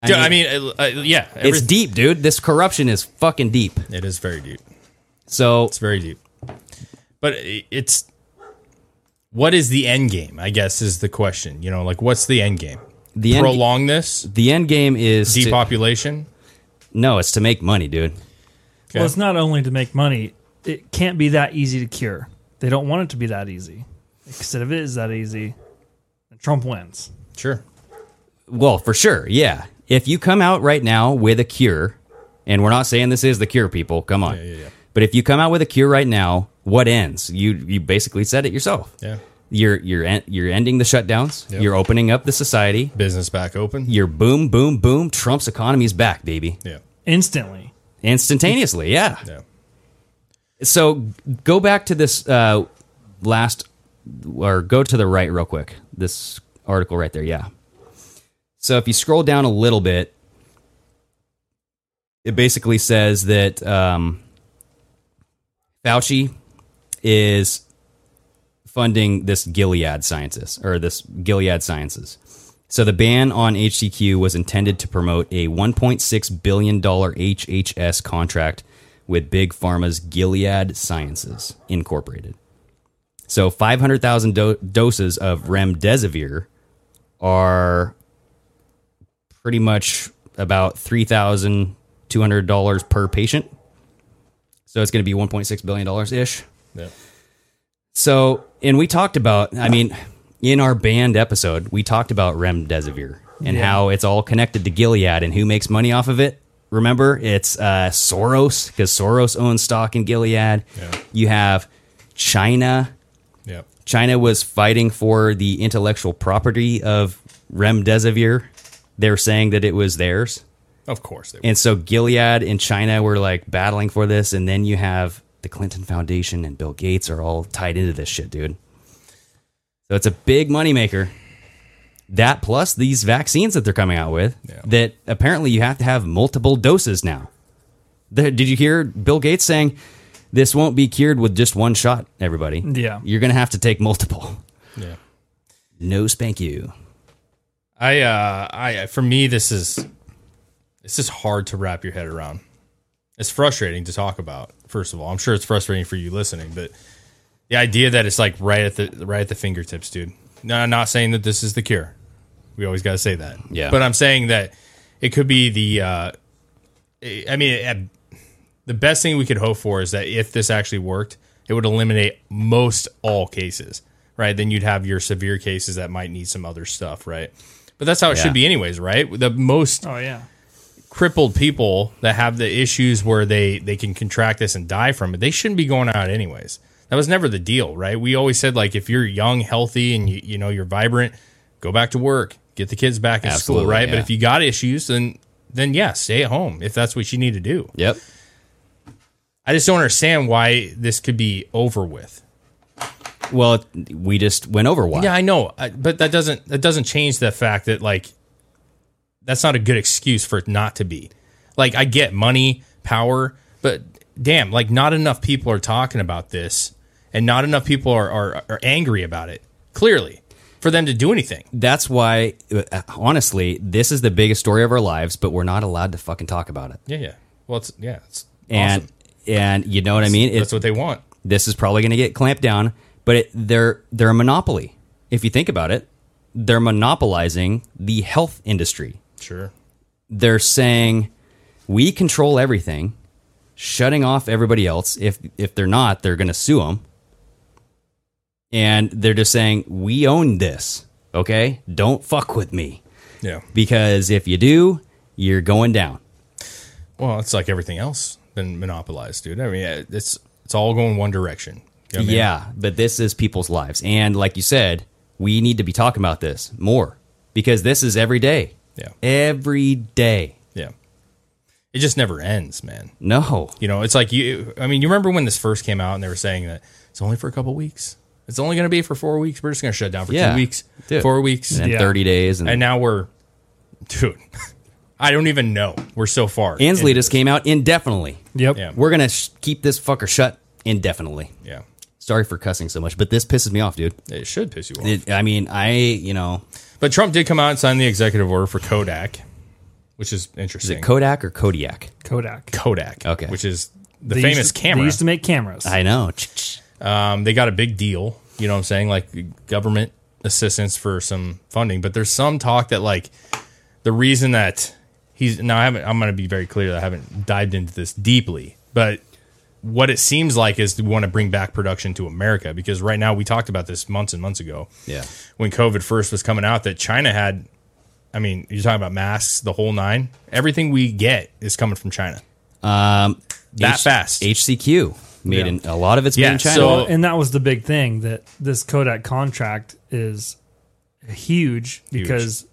I Yeah, I mean- mean, uh, uh, yeah, it's deep, dude. This corruption is fucking deep. It is very deep. So it's very deep. But i- it's what is the end game? I guess is the question. You know, like what's the end game? The end- prolong this. The end game is to- depopulation. No, it's to make money, dude. Well, it's not only to make money. It can't be that easy to cure. They don't want it to be that easy. Because if it is that easy, then Trump wins. Sure. Well, for sure. Yeah. If you come out right now with a cure, and we're not saying this is the cure, people, come on. But if you come out with a cure right now, what ends? You you basically said it yourself. Yeah. You're you're en- you're ending the shutdowns. Yep. You're opening up the society. Business back open. You're boom boom boom. Trump's economy's back, baby. Yeah. Instantly. Instantaneously, yeah. Yeah. So go back to this uh, last, or go to the right real quick. This article right there, yeah. So if you scroll down a little bit, it basically says that um, Fauci is funding this Gilead Sciences or this Gilead Sciences. So the ban on HCQ was intended to promote a 1.6 billion dollar HHS contract with Big Pharma's Gilead Sciences Incorporated. So 500,000 do- doses of remdesivir are pretty much about $3,200 per patient. So it's going to be $1.6 billion ish. Yeah. So, and we talked about, I mean, in our band episode, we talked about remdesivir and Yeah. how it's all connected to Gilead and who makes money off of it. Remember, it's uh, Soros because Soros owns stock in Gilead. You have China. Yep. China was fighting for the intellectual property of remdesivir. They're saying that it was theirs. Of course they And so Gilead and China were like battling for this. And then you have the Clinton Foundation and Bill Gates are all tied into this shit, dude. So it's a big moneymaker. That plus these vaccines that they're coming out with that apparently you have to have multiple doses now. The- did you hear Bill Gates saying this won't be cured with just one shot, everybody? Yeah. You're going to have to take multiple. Yeah. No spank you. I uh I for me this is this is hard to wrap your head around. It's frustrating to talk about. First of all, I'm sure it's frustrating for you listening, but the idea that it's like right at the right at the fingertips, dude. No, I'm not saying that this is the cure. We always got to say that. Yeah. But I'm saying that it could be the uh I I mean at, the best thing we could hope for is that if this actually worked, it would eliminate most all cases, right? Then you'd have your severe cases that might need some other stuff, right? But that's how it Yeah. should be, anyways, right? The most Oh yeah. crippled people that have the issues where they they can contract this and die from it, they shouldn't be going out anyways. That was never the deal, right? We always said like if you're young, healthy, and you you know you're vibrant, go back to work, get the kids back in Absolutely, school, right? But yeah. if you got issues, then then yeah, stay at home if that's what you need to do. Yep. I just don't understand why this could be over with. Well, we just went over why. Yeah, I know, I- but that doesn't that doesn't change the fact that like that's not a good excuse for it not to be. Like I get money, power, but damn, like not enough people are talking about this, and not enough people are are, are angry about it. Clearly, for them to do anything. That's why, uh, honestly, this is the biggest story of our lives, but we're not allowed to fucking talk about it. Yeah, yeah. Well, it's yeah, it's And awesome. and you know what I mean? That's what they want. This is probably going to get clamped down, but it, they're they're a monopoly. If you think about it, they're monopolizing the health industry. Sure. They're saying we control everything, shutting off everybody else. If if they're not, they're going to sue them. And they're just saying we own this. Okay, don't fuck with me. Yeah. because if you do, you're going down. Well, it's like everything else been monopolized, dude. I mean, it's it's all going one direction. You know what I mean? yeah, but this is people's lives, and like you said, we need to be talking about this more because this is every day. Yeah, every day. Yeah. It just never ends, man. No. You know, it's like you I mean, you remember when this first came out and they were saying that it's only for a couple weeks. It's only going to be for 4 weeks. We're just going to shut down for Yeah. 2 weeks, Dude. 4 weeks, And then Yeah. 30 days and, and- now we're dude. I don't even know. We're so far. Ansley into just came out indefinitely. Yep. Yeah. We're gonna sh- keep this fucker shut indefinitely. Yeah. Sorry for cussing so much, but this pisses me off, dude. It should piss you off. I mean, I you know, But Trump did come out and sign the executive order for Kodak, which is is interesting. it Kodak or Kodiak? Kodak. Kodak. Okay. Which is They the used famous to- they camera. used to make cameras. I know. Um, they got a big deal. You know what I'm saying? Like government assistance for some funding. But there's some talk that like the reason that he's now I haven't I'm gonna be very clear that I haven't dived into this deeply, but what it seems like is we want to bring back production to America because right now we talked about this months and months ago Yeah. when COVID first was coming out that China had. I mean, you're talking about masks, the whole nine. Everything we get is coming from China. Um, That fast. HCQ made Yeah. an, a lot of its made in China. So, and that was the big thing that this Kodak contract is huge because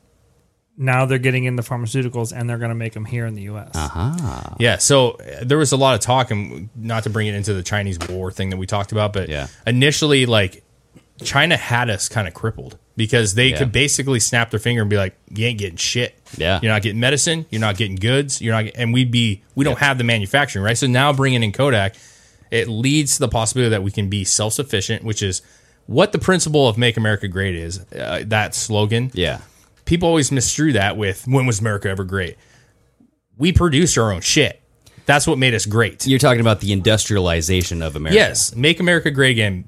now they're getting in the pharmaceuticals and they're going to make them here in the U.S. Ah. Yeah, so uh, there was a lot of talk, and not to bring it into the Chinese war thing that we talked about, but initially, like China had us kind of crippled because they Yeah. could basically snap their finger and be like, "You ain't getting shit. Yeah. you're not getting medicine. You're not getting goods. You're not." And we'd be we don't have the manufacturing, right? So now bringing in Kodak, it leads to the possibility that we can be self sufficient, which is what the principle of "Make America Great" is. Uh, that slogan. Yeah, people always misdrew that with "When was America ever great?" We produced our own shit. That's what made us great. You're talking about the industrialization of America. Yes, make America great again.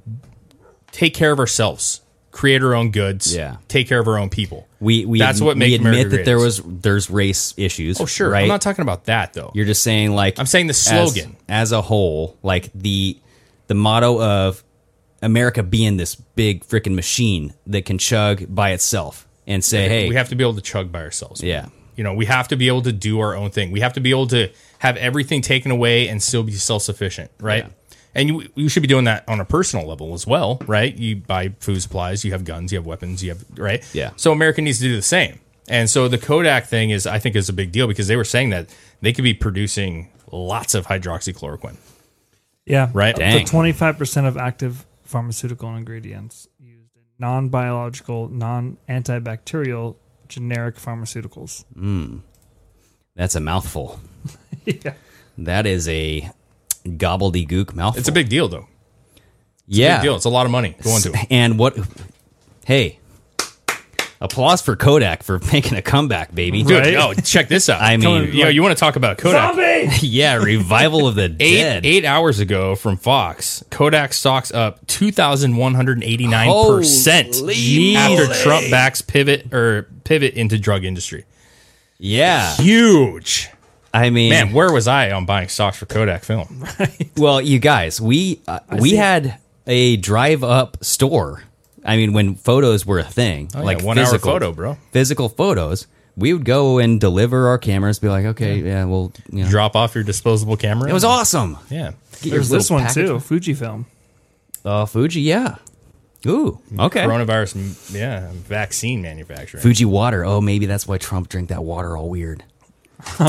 Take care of ourselves. Create our own goods. Yeah. Take care of our own people. We we That's what we makes admit America that there great. was there's race issues. Oh, sure. right? I'm not talking about that though. You're just saying like I'm saying the as- slogan. as, a whole, like the the motto of America being this big freaking machine that can chug by itself and say, "Hey, we have to be able to chug by ourselves. yeah, You know, we have to be able to do our own thing. We have to be able to have everything taken away and still be self sufficient, right? And you, you should be doing that on a personal level as well, right? You buy food supplies, you have guns, you have weapons, you have, right? Yeah. So America needs to do the same. And so the Kodak thing is, I think, is a big deal because they were saying that they could be producing lots of hydroxychloroquine. Yeah. Right? Up to 25% of active pharmaceutical ingredients used in non biological, non antibacterial generic pharmaceuticals. Mm. That's a mouthful. That is a gobbledygook mouthful. It's a big deal, though. It's yeah. A big deal. It's a lot of money going to it. And what? Hey, applause for Kodak for making a comeback, baby. Dude, oh, check this out. I mean, Coming, yo, you want to talk about Kodak? yeah, revival of the Eight, dead. eight hours ago from Fox, Kodak stocks up 2,189 Holy percent after moly. Trump backs pivot or pivot into drug industry. Yeah, huge. I mean, Man, where was I on buying stocks for Kodak Film? well, you guys, we uh, I we see. had a drive up store. I mean, when photos were a thing, Oh, yeah, like one hour physical- photo, bro. physical photos. We would go and deliver our cameras. Be like, okay, yeah, well, you know. Drop off your disposable camera. It was awesome. Yeah. Get your There's little this one package. too Fujifilm. Oh, Fuji, yeah. Ooh, Mm, okay. Coronavirus, m- yeah, vaccine manufacturing. Fuji water. Oh, maybe that's why Trump drank that water all weird. no,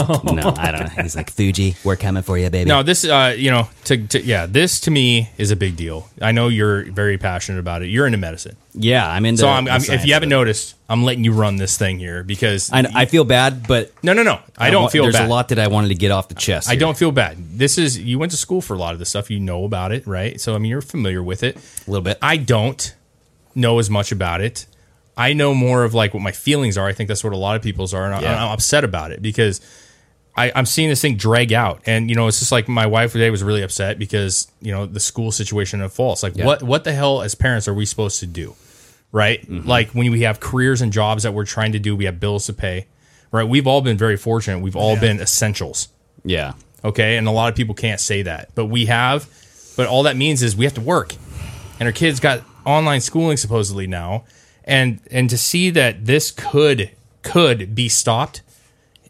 I don't know. He's like Fuji, we're coming for you, baby. No, this, uh, you know, to, to, yeah, this to me is a big deal. I know you're very passionate about it. You're into medicine. yeah, I'm into. so I'm, I'm, the if science you haven't of it. noticed, I'm letting you run this thing here because I, I feel bad, but no, no, no, I wa- don't feel There's bad. a lot that I wanted to get off the chest. I here. don't feel bad. This is you went to school for a lot of this stuff. You know about it, right? So I mean, you're familiar with it a little bit. I don't know as much about it. I know more of like what my feelings are. I think that's what a lot of people's are, and I, Yeah. I'm upset about it because I, I'm seeing this thing drag out. And you know, it's just like my wife today was really upset because you know the school situation of false. Like, Yeah. what what the hell as parents are we supposed to do, right? Mm-hmm. Like when we have careers and jobs that we're trying to do, we have bills to pay, right? We've all been very fortunate. We've all Yeah. been essentials, Yeah, okay? And a lot of people can't say that, but we have. But all that means is we have to work, and our kids got online schooling supposedly now, and and to see that this could could be stopped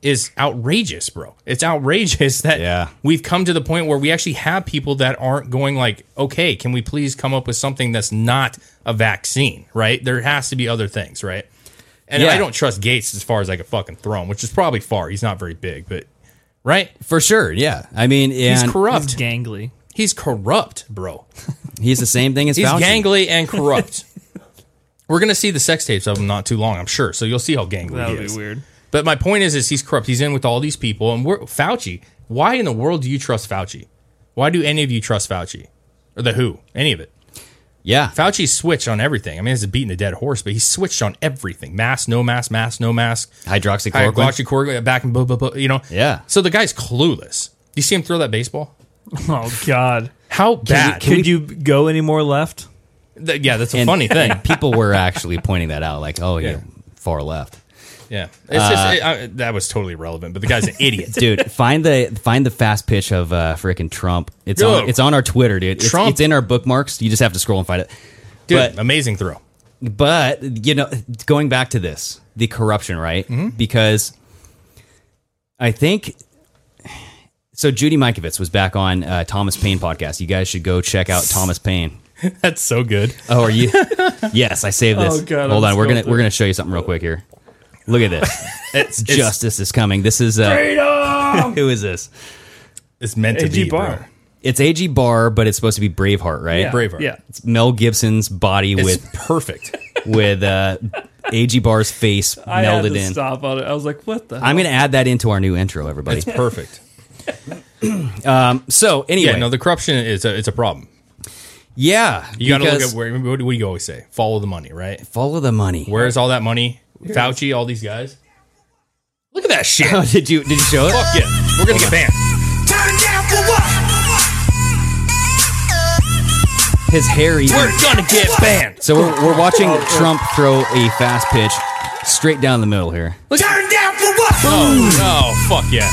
is outrageous, bro. It's outrageous that Yeah. we've come to the point where we actually have people that aren't going like, okay, can we please come up with something that's not a vaccine, right? There has to be other things, right? And Yeah. I don't trust Gates as far as I could fucking throw him, which is probably far. He's not very big, but right? for sure. Yeah, I mean, and he's corrupt. He's, Gangly. corrupt, bro. he's the same thing as He's Fauci. gangly and corrupt. We're gonna see the sex tapes of him not too long, I'm sure. So you'll see how gangly That he would is. be weird. But my point is, is he's corrupt. He's in with all these people, and we're Fauci. Why in the world do you trust Fauci? Why do any of you trust Fauci or the WHO? Any of it? Yeah, Fauci's switched on everything. I mean, it's beating a dead horse, but he's switched on everything: mask, no mask, mask, no mask, hydroxychloroquine. hydroxychloroquine, back and blah blah blah. You know, Yeah. So the guy's clueless. Do you see him throw that baseball? Oh, God. How bad? Could you go any more left? Th- yeah, that's a And- funny thing. and people were actually pointing that out, like, "Oh, you're far left." Yeah, it's just it, I, that was totally irrelevant. But the guy's an idiot, dude. Find the find the fast pitch of uh, freaking Trump. It's on Yo. it's on our Twitter, dude. It's, Trump. it's in our bookmarks. You just have to scroll and find it. Dude, But amazing throw. but you know, going back to this, the corruption, right? Mm-hmm. Because I think so. Judy Mikovits was back on uh, Thomas Paine podcast. You guys should go check out Thomas Paine. That's so good. Oh, are you? yes, I saved this. Oh, God, Hold I'm on, we're gonna sculpted. we're gonna show you something real quick here. Look at this. It's it's- Justice is coming. This is uh, Freedom! who is this? It's meant to AG be. bro. Barr. It's AG Barr, but it's supposed to be Braveheart, right? Yeah. Braveheart. Yeah. It's Mel Gibson's body It's with perfect. with uh, AG Barr's face I had melded to in. stop on it. I was like, what the? I'm going to add that into our new intro, everybody. It's perfect. So anyway, Yeah, no, the corruption is a it's a problem. yeah, You got to look because at where. What do you always say? Follow the money, right? follow the money. Where's all that money? Fauci, all these guys. Look at that shit. Oh, did you did you show it? Fuck yeah, we're gonna get banned. Turn his hair even. We're gonna get banned. So we're, we're watching Trump throw a fast pitch straight down the middle here. Turn down for what? Oh, no, fuck yeah.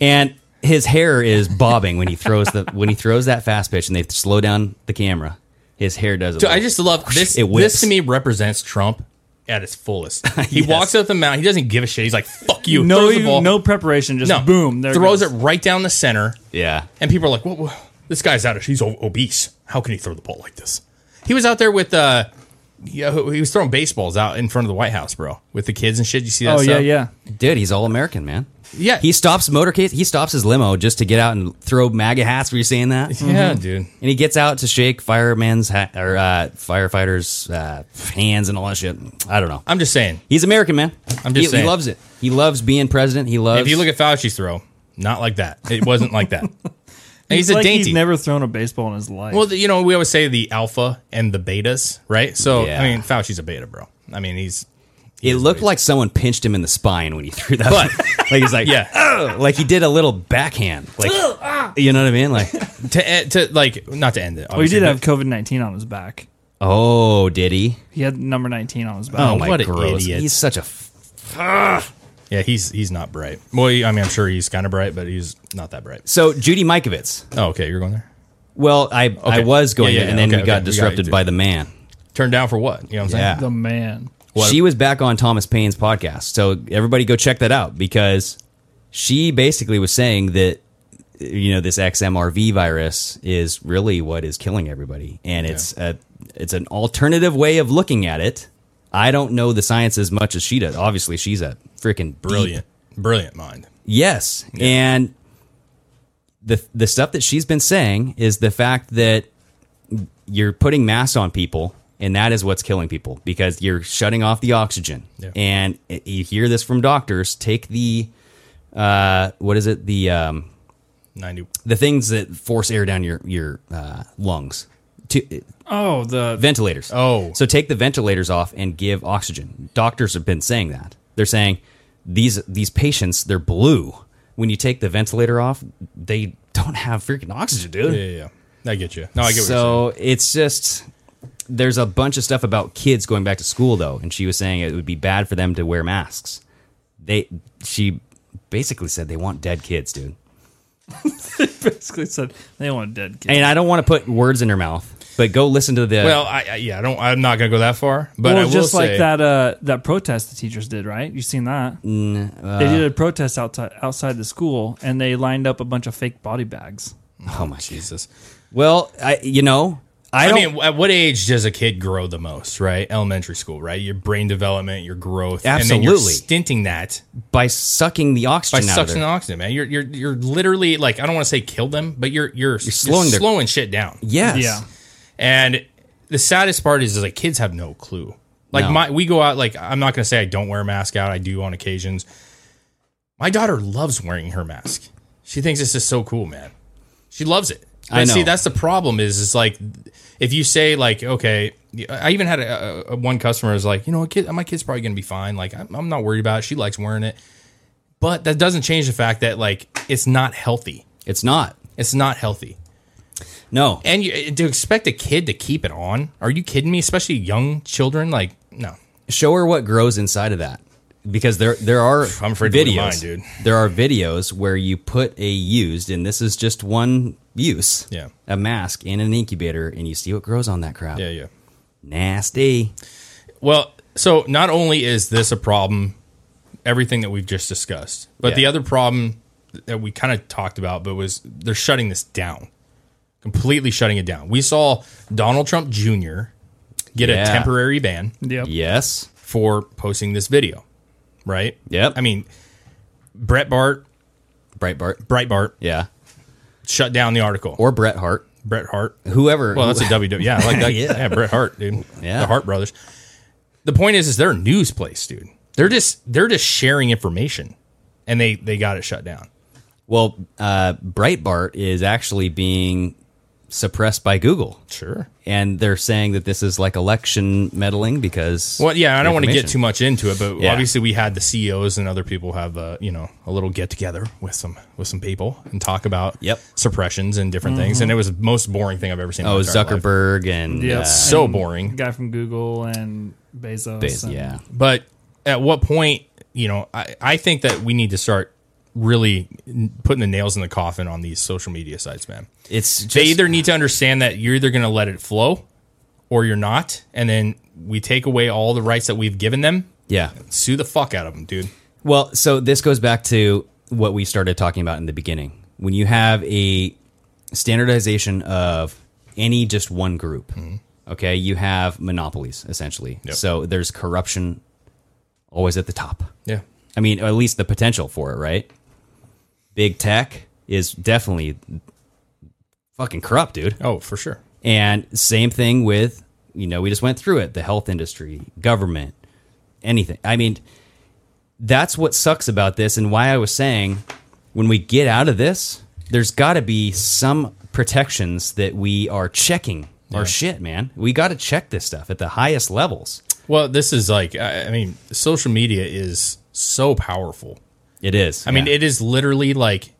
And his hair is bobbing when he throws the when he throws that fast pitch and they slow down the camera. His hair does it. Dude, I just love this. It whips. this to me represents Trump at its fullest. He walks up the mountain. He doesn't give a shit. He's like, "Fuck you." No, throws the even- ball. no preparation. Just no. boom. There throws goes. it right down the center. Yeah. And people are like, "What? what- This guy's out of. He's o- obese. How can he throw the ball like this?" He was out there with. uh yeah, he was throwing baseballs out in front of the White House, bro, with the kids and shit. You see Oh, that? stuff? Dude, he's all American, man. Yeah. He stops motorcades. He stops his limo just to get out and throw MAGA hats. Were you saying that? Yeah, Mm-hmm. dude. And he gets out to shake fireman's hat or uh, firefighters' uh, hands and all that shit. I don't know. I'm just saying. He's American, man. I'm just He- saying. He loves it. He loves being president. He loves. If you look at Fauci's throw, not like that. It wasn't like that. And he's, He's a like dainty. He's never thrown a baseball in his life. Well, you know, we always say the alpha and the betas, right? So, Yeah. I mean, Fauci's a beta, bro. I mean, he's. it looked like someone pinched him in the spine when he threw that. But- like he's like, Yeah. "Ugh," like he did a little backhand. Like, Ah! you know what I mean? Like, to eh, to like not to end it. Well, Oh, he did obviously, have COVID nineteen on his back. oh, did he? He had number nineteen on his back. Oh, my what a gross. idiot. He's such a. F- but- yeah, he's he's not bright. Well, he- I mean, I'm sure he's kind of bright, but he's not that bright. so Judy Mikovits. Oh, okay, you're going there. Well, I I Okay. was going, Yeah, yeah, there, and then okay, we got okay, we got you, disrupted dude. by the man. Turned down for what? You know what I'm saying? Yeah. the man. What- She was back on Thomas Paine's podcast. So everybody go check that out because she basically was saying that you know this XMRV virus is really what is killing everybody and it's a it's an alternative way of looking at it. I don't know the science as much as she does. Obviously, she's a freaking deep- Brilliant, brilliant mind. Yes, and the the stuff that she's been saying is the fact that you're putting masks on people, and that is what's killing people because you're shutting off the oxygen. Yeah. And i- you hear this from doctors: take the uh, what is it? The um, Ninety. the things that force air down your your uh, lungs. To, Oh, the ventilators. Oh. So take the ventilators off and give oxygen. Doctors have been saying that. They're saying these these patients, they're blue. When you take the ventilator off, they don't have freaking oxygen, dude. Yeah, yeah, yeah. I get you. No, I get what you're saying. so it's just there's a bunch of stuff about kids going back to school though, and she was saying it would be bad for them to wear masks. They she basically said they want dead kids, dude. Basically said they want dead kids. And I don't want to put words in her mouth, but go listen to the Well, I, I yeah, I don't. I'm not gonna go that far, but well, I will just say, like that uh, that protest the teachers did, right? You seen that? they did uh, a protest outside outside the school, and they lined up a bunch of fake body bags. oh my Jesus. Well, I you know, I, I, don't mean, at what age does a kid grow the most? Right, elementary school, right? Your brain development, your growth, and then you're Absolutely. stinting that by sucking the by oxygen out of sucking there. the oxygen, man. You're you're you're literally like I don't want to say kill them, but you're you're, you're slowing their- slowing shit down. yes. Yeah. And the saddest part is, is like kids have no clue. Like No. my we go out like I'm not gonna say I don't wear a mask out. I do on occasions. My daughter loves wearing her mask. She thinks it's just so cool, man. She loves it. I But See, know. that's the problem. Is is like if you say like okay, I even had a, a, a one customer was like, you know, a kid, my kid's probably gonna be fine. Like I'm, I'm not worried about it. She likes wearing it, but that doesn't change the fact that like it's not healthy. It's not. It's not healthy. No. And you, to expect a kid to keep it on? Are you kidding me? Especially young children? Like, no. Show her what grows inside of that. Because there there are I'm afraid to look at mine, videos. dude. There are videos where you put a used and this is just one use. Yeah. A mask in an incubator and you see what grows on that crap. Yeah, yeah. Nasty. Well, so not only is this a problem, everything that we've just discussed, but Yeah. the other problem that we kind of talked about, but was they're shutting this down, completely shutting it down. We saw Donald Trump Jr. get Yeah. a temporary ban Yep. Yes. for posting this video, right? Yep. I mean, Brett Bart, Breitbart. Breitbart Yeah. shut down the article. Or Bret Hart. Bret Hart. Whoever Well, that's a WWE. Yeah, I like that. Yeah. yeah. Bret Hart, dude. Yeah. the Hart brothers. The point is, is they're a news place, dude. They're just they're just sharing information, and they they got it shut down. Well, uh, Breitbart is actually being suppressed by Google. Sure. And they're saying that this is like election meddling because. Well, yeah, I don't want to get information. too much into it, but Yeah. obviously we had the CEOs and other people have a you know a little get together with some with some people and talk about yep. Mm-hmm. suppressions and different things, and it was the most boring thing I've ever seen. in my Oh, entire life. Zuckerberg and. Yeah. uh, So boring. Guy from Google and Bezos. Bez- and- yeah. But at what point, you know, I, I think that we need to start really n- putting the nails in the coffin on these social media sites, man. It's just, they either need to understand that you're either going to let it flow or you're not, and then we take away all the rights that we've given them. Yeah. Sue the fuck out of them, dude. Well, so this goes back to what we started talking about in the beginning. When you have a standardization of any just one group, okay, you have monopolies essentially. Mm-hmm. Yep. So there's corruption always at the top. Yeah. I mean, at least the potential for it, right? Big tech is definitely fucking corrupt, dude. Oh, for sure. And same thing with, you know, we just went through it the health industry, government, anything. I mean, that's what sucks about this and why I was saying when we get out of this, there's got to be some protections that we are checking Yeah. our shit, man. We got to check this stuff at the highest levels. Well, this is like, I, I mean, social media is so powerful. It is. I mean, yeah. it is literally like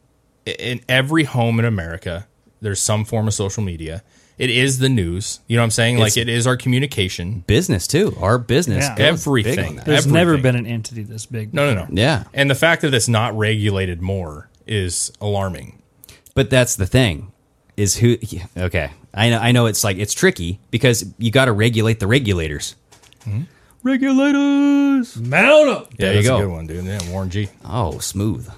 i- in every home in America, there's some form of social media. It is the news. You know what I'm saying? It's- like it is our communication. business too. Our business Yeah. goes big Everything. on that. There's Everything. never been an entity this big. No, no, no. Yeah. And the fact that it's not regulated more is alarming. But that's the thing is who okay. I know I know it's like it's tricky because you got to regulate the regulators. Regulators. Mount up. There that's you go. a good one, dude. Yeah, Warren G. Oh, smooth.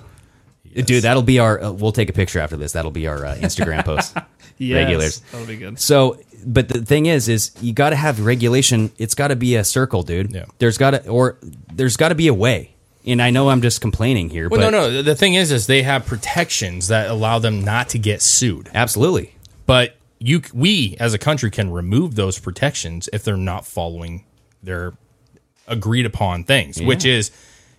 Dude, that'll be our. Uh, we'll take a picture after this. That'll be our uh, Instagram post. Yes, Regulators. that'll be good. So, but the thing is, is you got to have regulation. It's got to be a circle, dude. Yeah. There's got to or there's got to be a way. And I know I'm just complaining here, Well, but no, no. the- The thing is, is they have protections that allow them not to get sued. absolutely. But you, c- we as a country can remove those protections if they're not following their agreed upon things, which is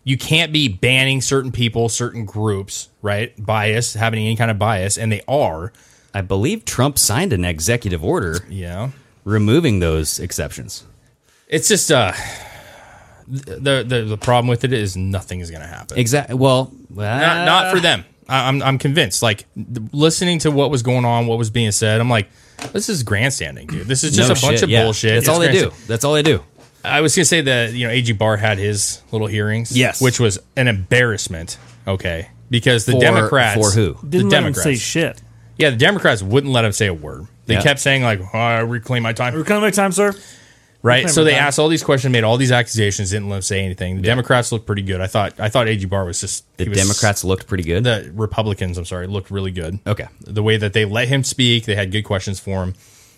you can't be banning certain people, certain groups, right? Bias, having any kind of bias, and they are. I believe Trump signed an executive order Yeah. removing those exceptions. It's just uh the the, the problem with it is nothing is going to happen. Exactly. Well, not, not Uh. for them. I, I'm I'm convinced. Like th- listening to what was going on, what was being said, I'm like, this is grandstanding, dude. This is just No a bunch shit, of yeah. bullshit. That's It's all they do. grandstand- That's all they do. I was gonna say that you know AG Barr had his little hearings, Yes. which was an embarrassment. Okay, because the For- Democrats for who? Didn't the let him Democrats say shit. Yeah, the Democrats wouldn't let him say a word. They Yeah. kept saying like, oh, "I reclaim my time." We're coming back time, sir. Right. Claim So it they back. asked all these questions, made all these accusations, didn't let them say anything. The Democrats looked pretty good. I thought I thought AG Barr was just The he was- Democrats looked pretty good. the Republicans, I'm sorry, looked really good. Okay. The way that they let him speak, they had good questions for him.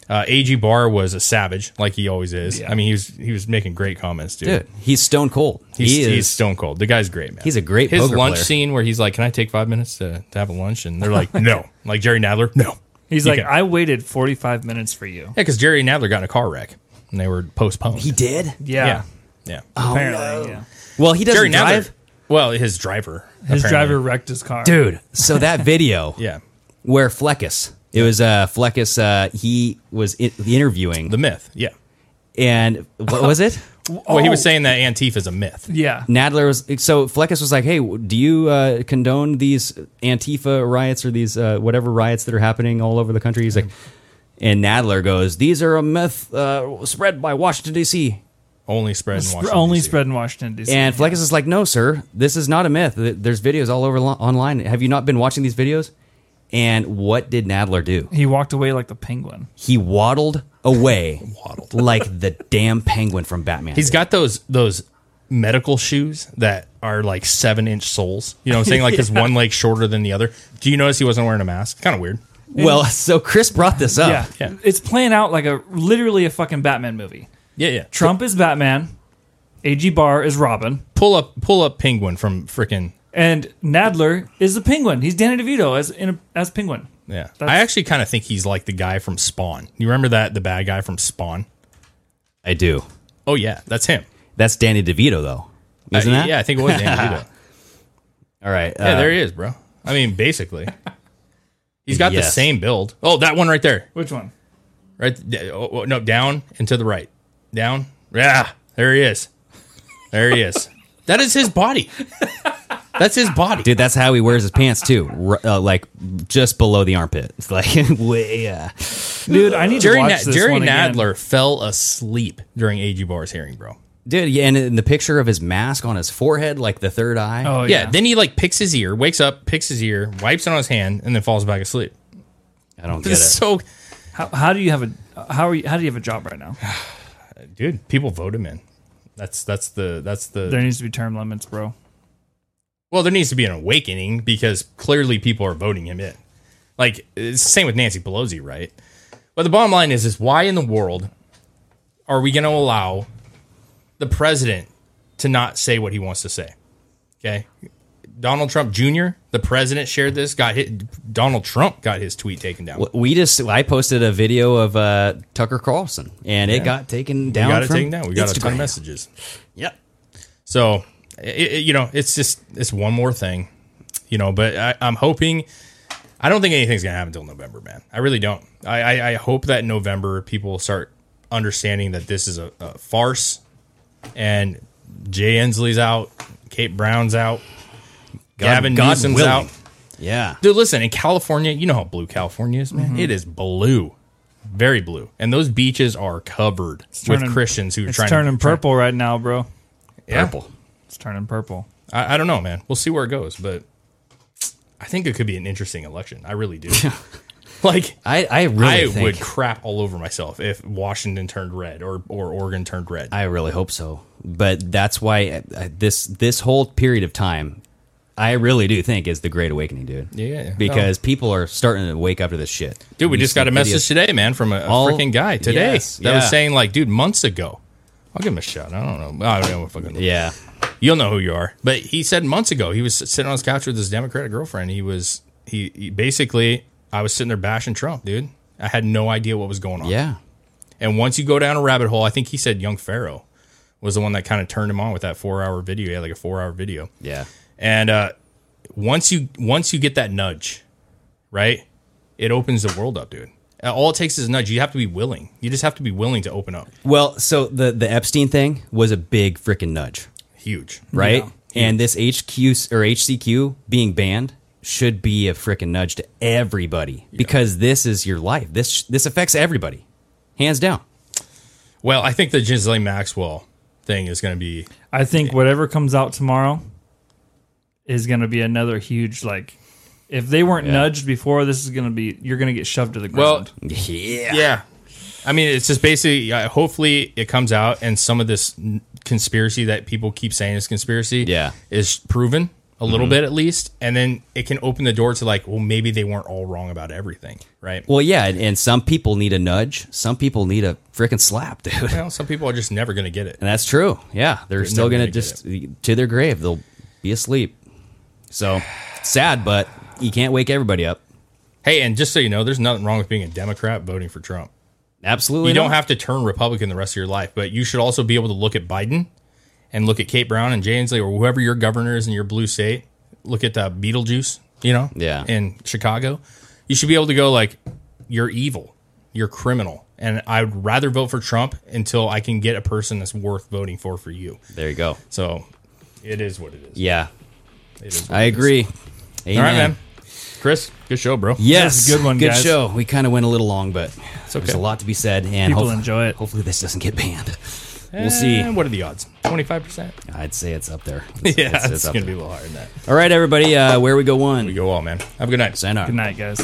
Uh, AG Barr was a savage, like he always is. I mean, he was he was making great comments, dude. Dude, he's stone cold. He's, he is. he's stone cold. The guy's great, man. He's a great His poker lunch player. scene where he's like, "Can I take five minutes to, to have a lunch?" And they're like, "No." Like Jerry Nadler, no. He's You like, can- I waited 45 minutes for you. yeah, because Jerry Nadler got in a car wreck and they were postponed. he did. Yeah. yeah, yeah. apparently, yeah. Well, he doesn't Jerry drive, Nadler. Well, his driver. His apparently. driver wrecked his car. dude. So that video, Yeah. where Fleckus, it was uh Fleckus. Uh, he was I- interviewing, The myth. Yeah. and what was it? Well, he was saying that Antifa is a myth. Oh, Yeah. Nadler was so Fleckus was like, "Hey, do you uh, condone these Antifa riots or these uh, whatever riots that are happening all over the country?" He's like, and Nadler goes, "These are a myth uh, spread by Washington D.C." Only spread in Sp- Washington. only DC. spread in Washington, D.C. And Fleckus is like, "No, sir, this is not a myth. Th- There's videos all over lo- online. Have you not been watching these videos?" And what did Nadler do? he walked away like the penguin. He waddled away, like the damn penguin from Batman. He's got those those medical shoes that are like seven inch soles. You know what I'm saying? Like his one leg shorter than the other. Do you notice he wasn't wearing a mask? Kind of weird. well, so Chris brought this up. Oh, yeah. yeah. It's playing out like a literally a fucking Batman movie. Yeah, yeah. Trump is Batman. A.G. Barr is Robin. Pull up, pull up, penguin from freaking. And Nadler is the penguin. He's Danny DeVito as in a, as penguin. Yeah, I That's- actually kind of think he's like the guy from Spawn. You remember that the bad guy from Spawn? I do. Oh yeah, that's him. That's Danny DeVito, though, isn't Uh, that? Yeah, I think it was Danny DeVito. All right. Yeah, uh, there he is, bro. I mean, basically. He's got the Yes. same build. Oh, that one right there. Which one? Right. th- oh, oh, no, down and to the right. Down. Yeah. There he is. There he is. that is his body. That's his body, dude. That's how he wears his pants too, R- uh, like just below the armpit. It's like way, uh, dude. I need Jerry to watch Na- this Jerry one again. Nadler fell asleep during AG Bar's hearing, bro. dude. Yeah, and in the picture of his mask on his forehead, like the third eye. Oh, yeah. Then he like picks his ear, wakes up, picks his ear, wipes it on his hand, and then falls back asleep. I don't get it. So, how, how do you have a how are you, how do you have a job right now? dude, people vote him in. That's that's the that's the There needs to be term limits, bro. Well, there needs to be an awakening because clearly people are voting him in. Like it's the same with Nancy Pelosi, right? But the bottom line is, is why in the world are we going to allow the president to not say what he wants to say? Okay, Donald Trump Jr., the president shared this. Got hit. Donald Trump got his tweet taken down. W- We just I posted a video of uh, Tucker Carlson, and Yeah. it got taken down. We got it from taken down. We got a ton Instagram. of messages. Yep. So, i i you know, it's just it's one more thing, you know. But I, I'm hoping. I don't think anything's gonna happen until November, man. I really don't. I, I, I hope that in November people will start understanding that this is a, a farce, and Jay Ensley's out, Kate Brown's out, God- Gavin God Newsom's willing. out. Yeah, dude. Listen, in California, you know how blue California is, man. Mhm. It is blue, very blue, and those beaches are covered with turning- Christians who are it's trying turning to try- purple right now, bro. Yeah. It's turning purple. I, I don't know, man. We'll see where it goes, but I think it could be an interesting election. I really do. like I, I really I think- would crap all over myself if Washington turned red or or Oregon turned red. I really hope so. But that's why uh, this this whole period of time, I really do think is the Great Awakening, dude. Yeah. because people are starting to wake up to this shit. Dude, we You just see got a message videos- today, man, from a, a All- freaking guy today Yes, that was yeah. saying like, dude, months ago. I'll give him a shot. I don't know. I don't know if I can. Yeah, you'll know who you are. But he said months ago he was sitting on his couch with his Democratic girlfriend. He was he, he basically I was sitting there bashing Trump, dude. I had no idea what was going on. Yeah. And once you go down a rabbit hole, I think he said Young Pharaoh was the one that kind of turned him on with that four hour video. He had like a four hour video. Yeah. And uh, once you once you get that nudge, right, it opens the world up, dude. All it takes is a nudge. You have to be willing. You just have to be willing to open up. Well, so the the Epstein thing was a big freaking nudge, Huge, right? Yeah. And this HQ or HCQ being banned should be a freaking nudge to everybody because this is your life. This this affects everybody, hands down. Well, I think the Ghislaine Maxwell thing is going to be I think whatever comes out tomorrow is going to be another huge like. If they weren't Yeah. nudged before, this is going to be you're going to get shoved to the Well, ground. yeah, yeah. I mean, it's just basically. Uh, hopefully, it comes out, and some of this n- conspiracy that people keep saying is conspiracy, yeah, is proven a little Mhm. bit at least, and then it can open the door to like, well, maybe they weren't all wrong about everything, right? Well, yeah, and, and some people need a nudge. Some people need a freaking slap, dude. Well, some people are just never going to get it. And that's true. Yeah, they're, They're still never gonna gonna, get just to their grave. They'll be asleep. So sad, but you can't wake everybody up. Hey, and just so you know, there's nothing wrong with being a Democrat voting for Trump. Absolutely, you don't not. have to turn Republican the rest of your life, but you should also be able to look at Biden and look at Kate Brown and Jay Inslee or whoever your governor is in your blue state. Look at the Beetlejuice, you know, Yeah. in Chicago. You should be able to go like, you're evil, you're criminal, and I would rather vote for Trump until I can get a person that's worth voting for for you. There you go. So, it is what it is. Yeah, It is what I it is. agree. All right, Amen. man. Chris, good show, bro. Yes, That was a good one, Good guys. show. We kind of went a little long, but there's a lot to be said, and People Eh. enjoy it. Hopefully, this doesn't get banned. We'll see. And what are the odds? Twenty five percent. I'd say it's up there. Yeah, it's, up gonna there. be a little higher than that. All right, everybody. Uh, where we go one? We go all, man. Have a good night. Sign Good night, guys.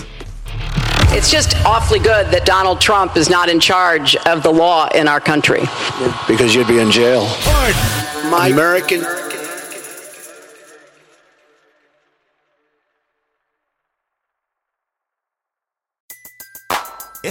It's just awfully good that Donald Trump is not in charge of the law in our country. Because you'd be in jail. My American.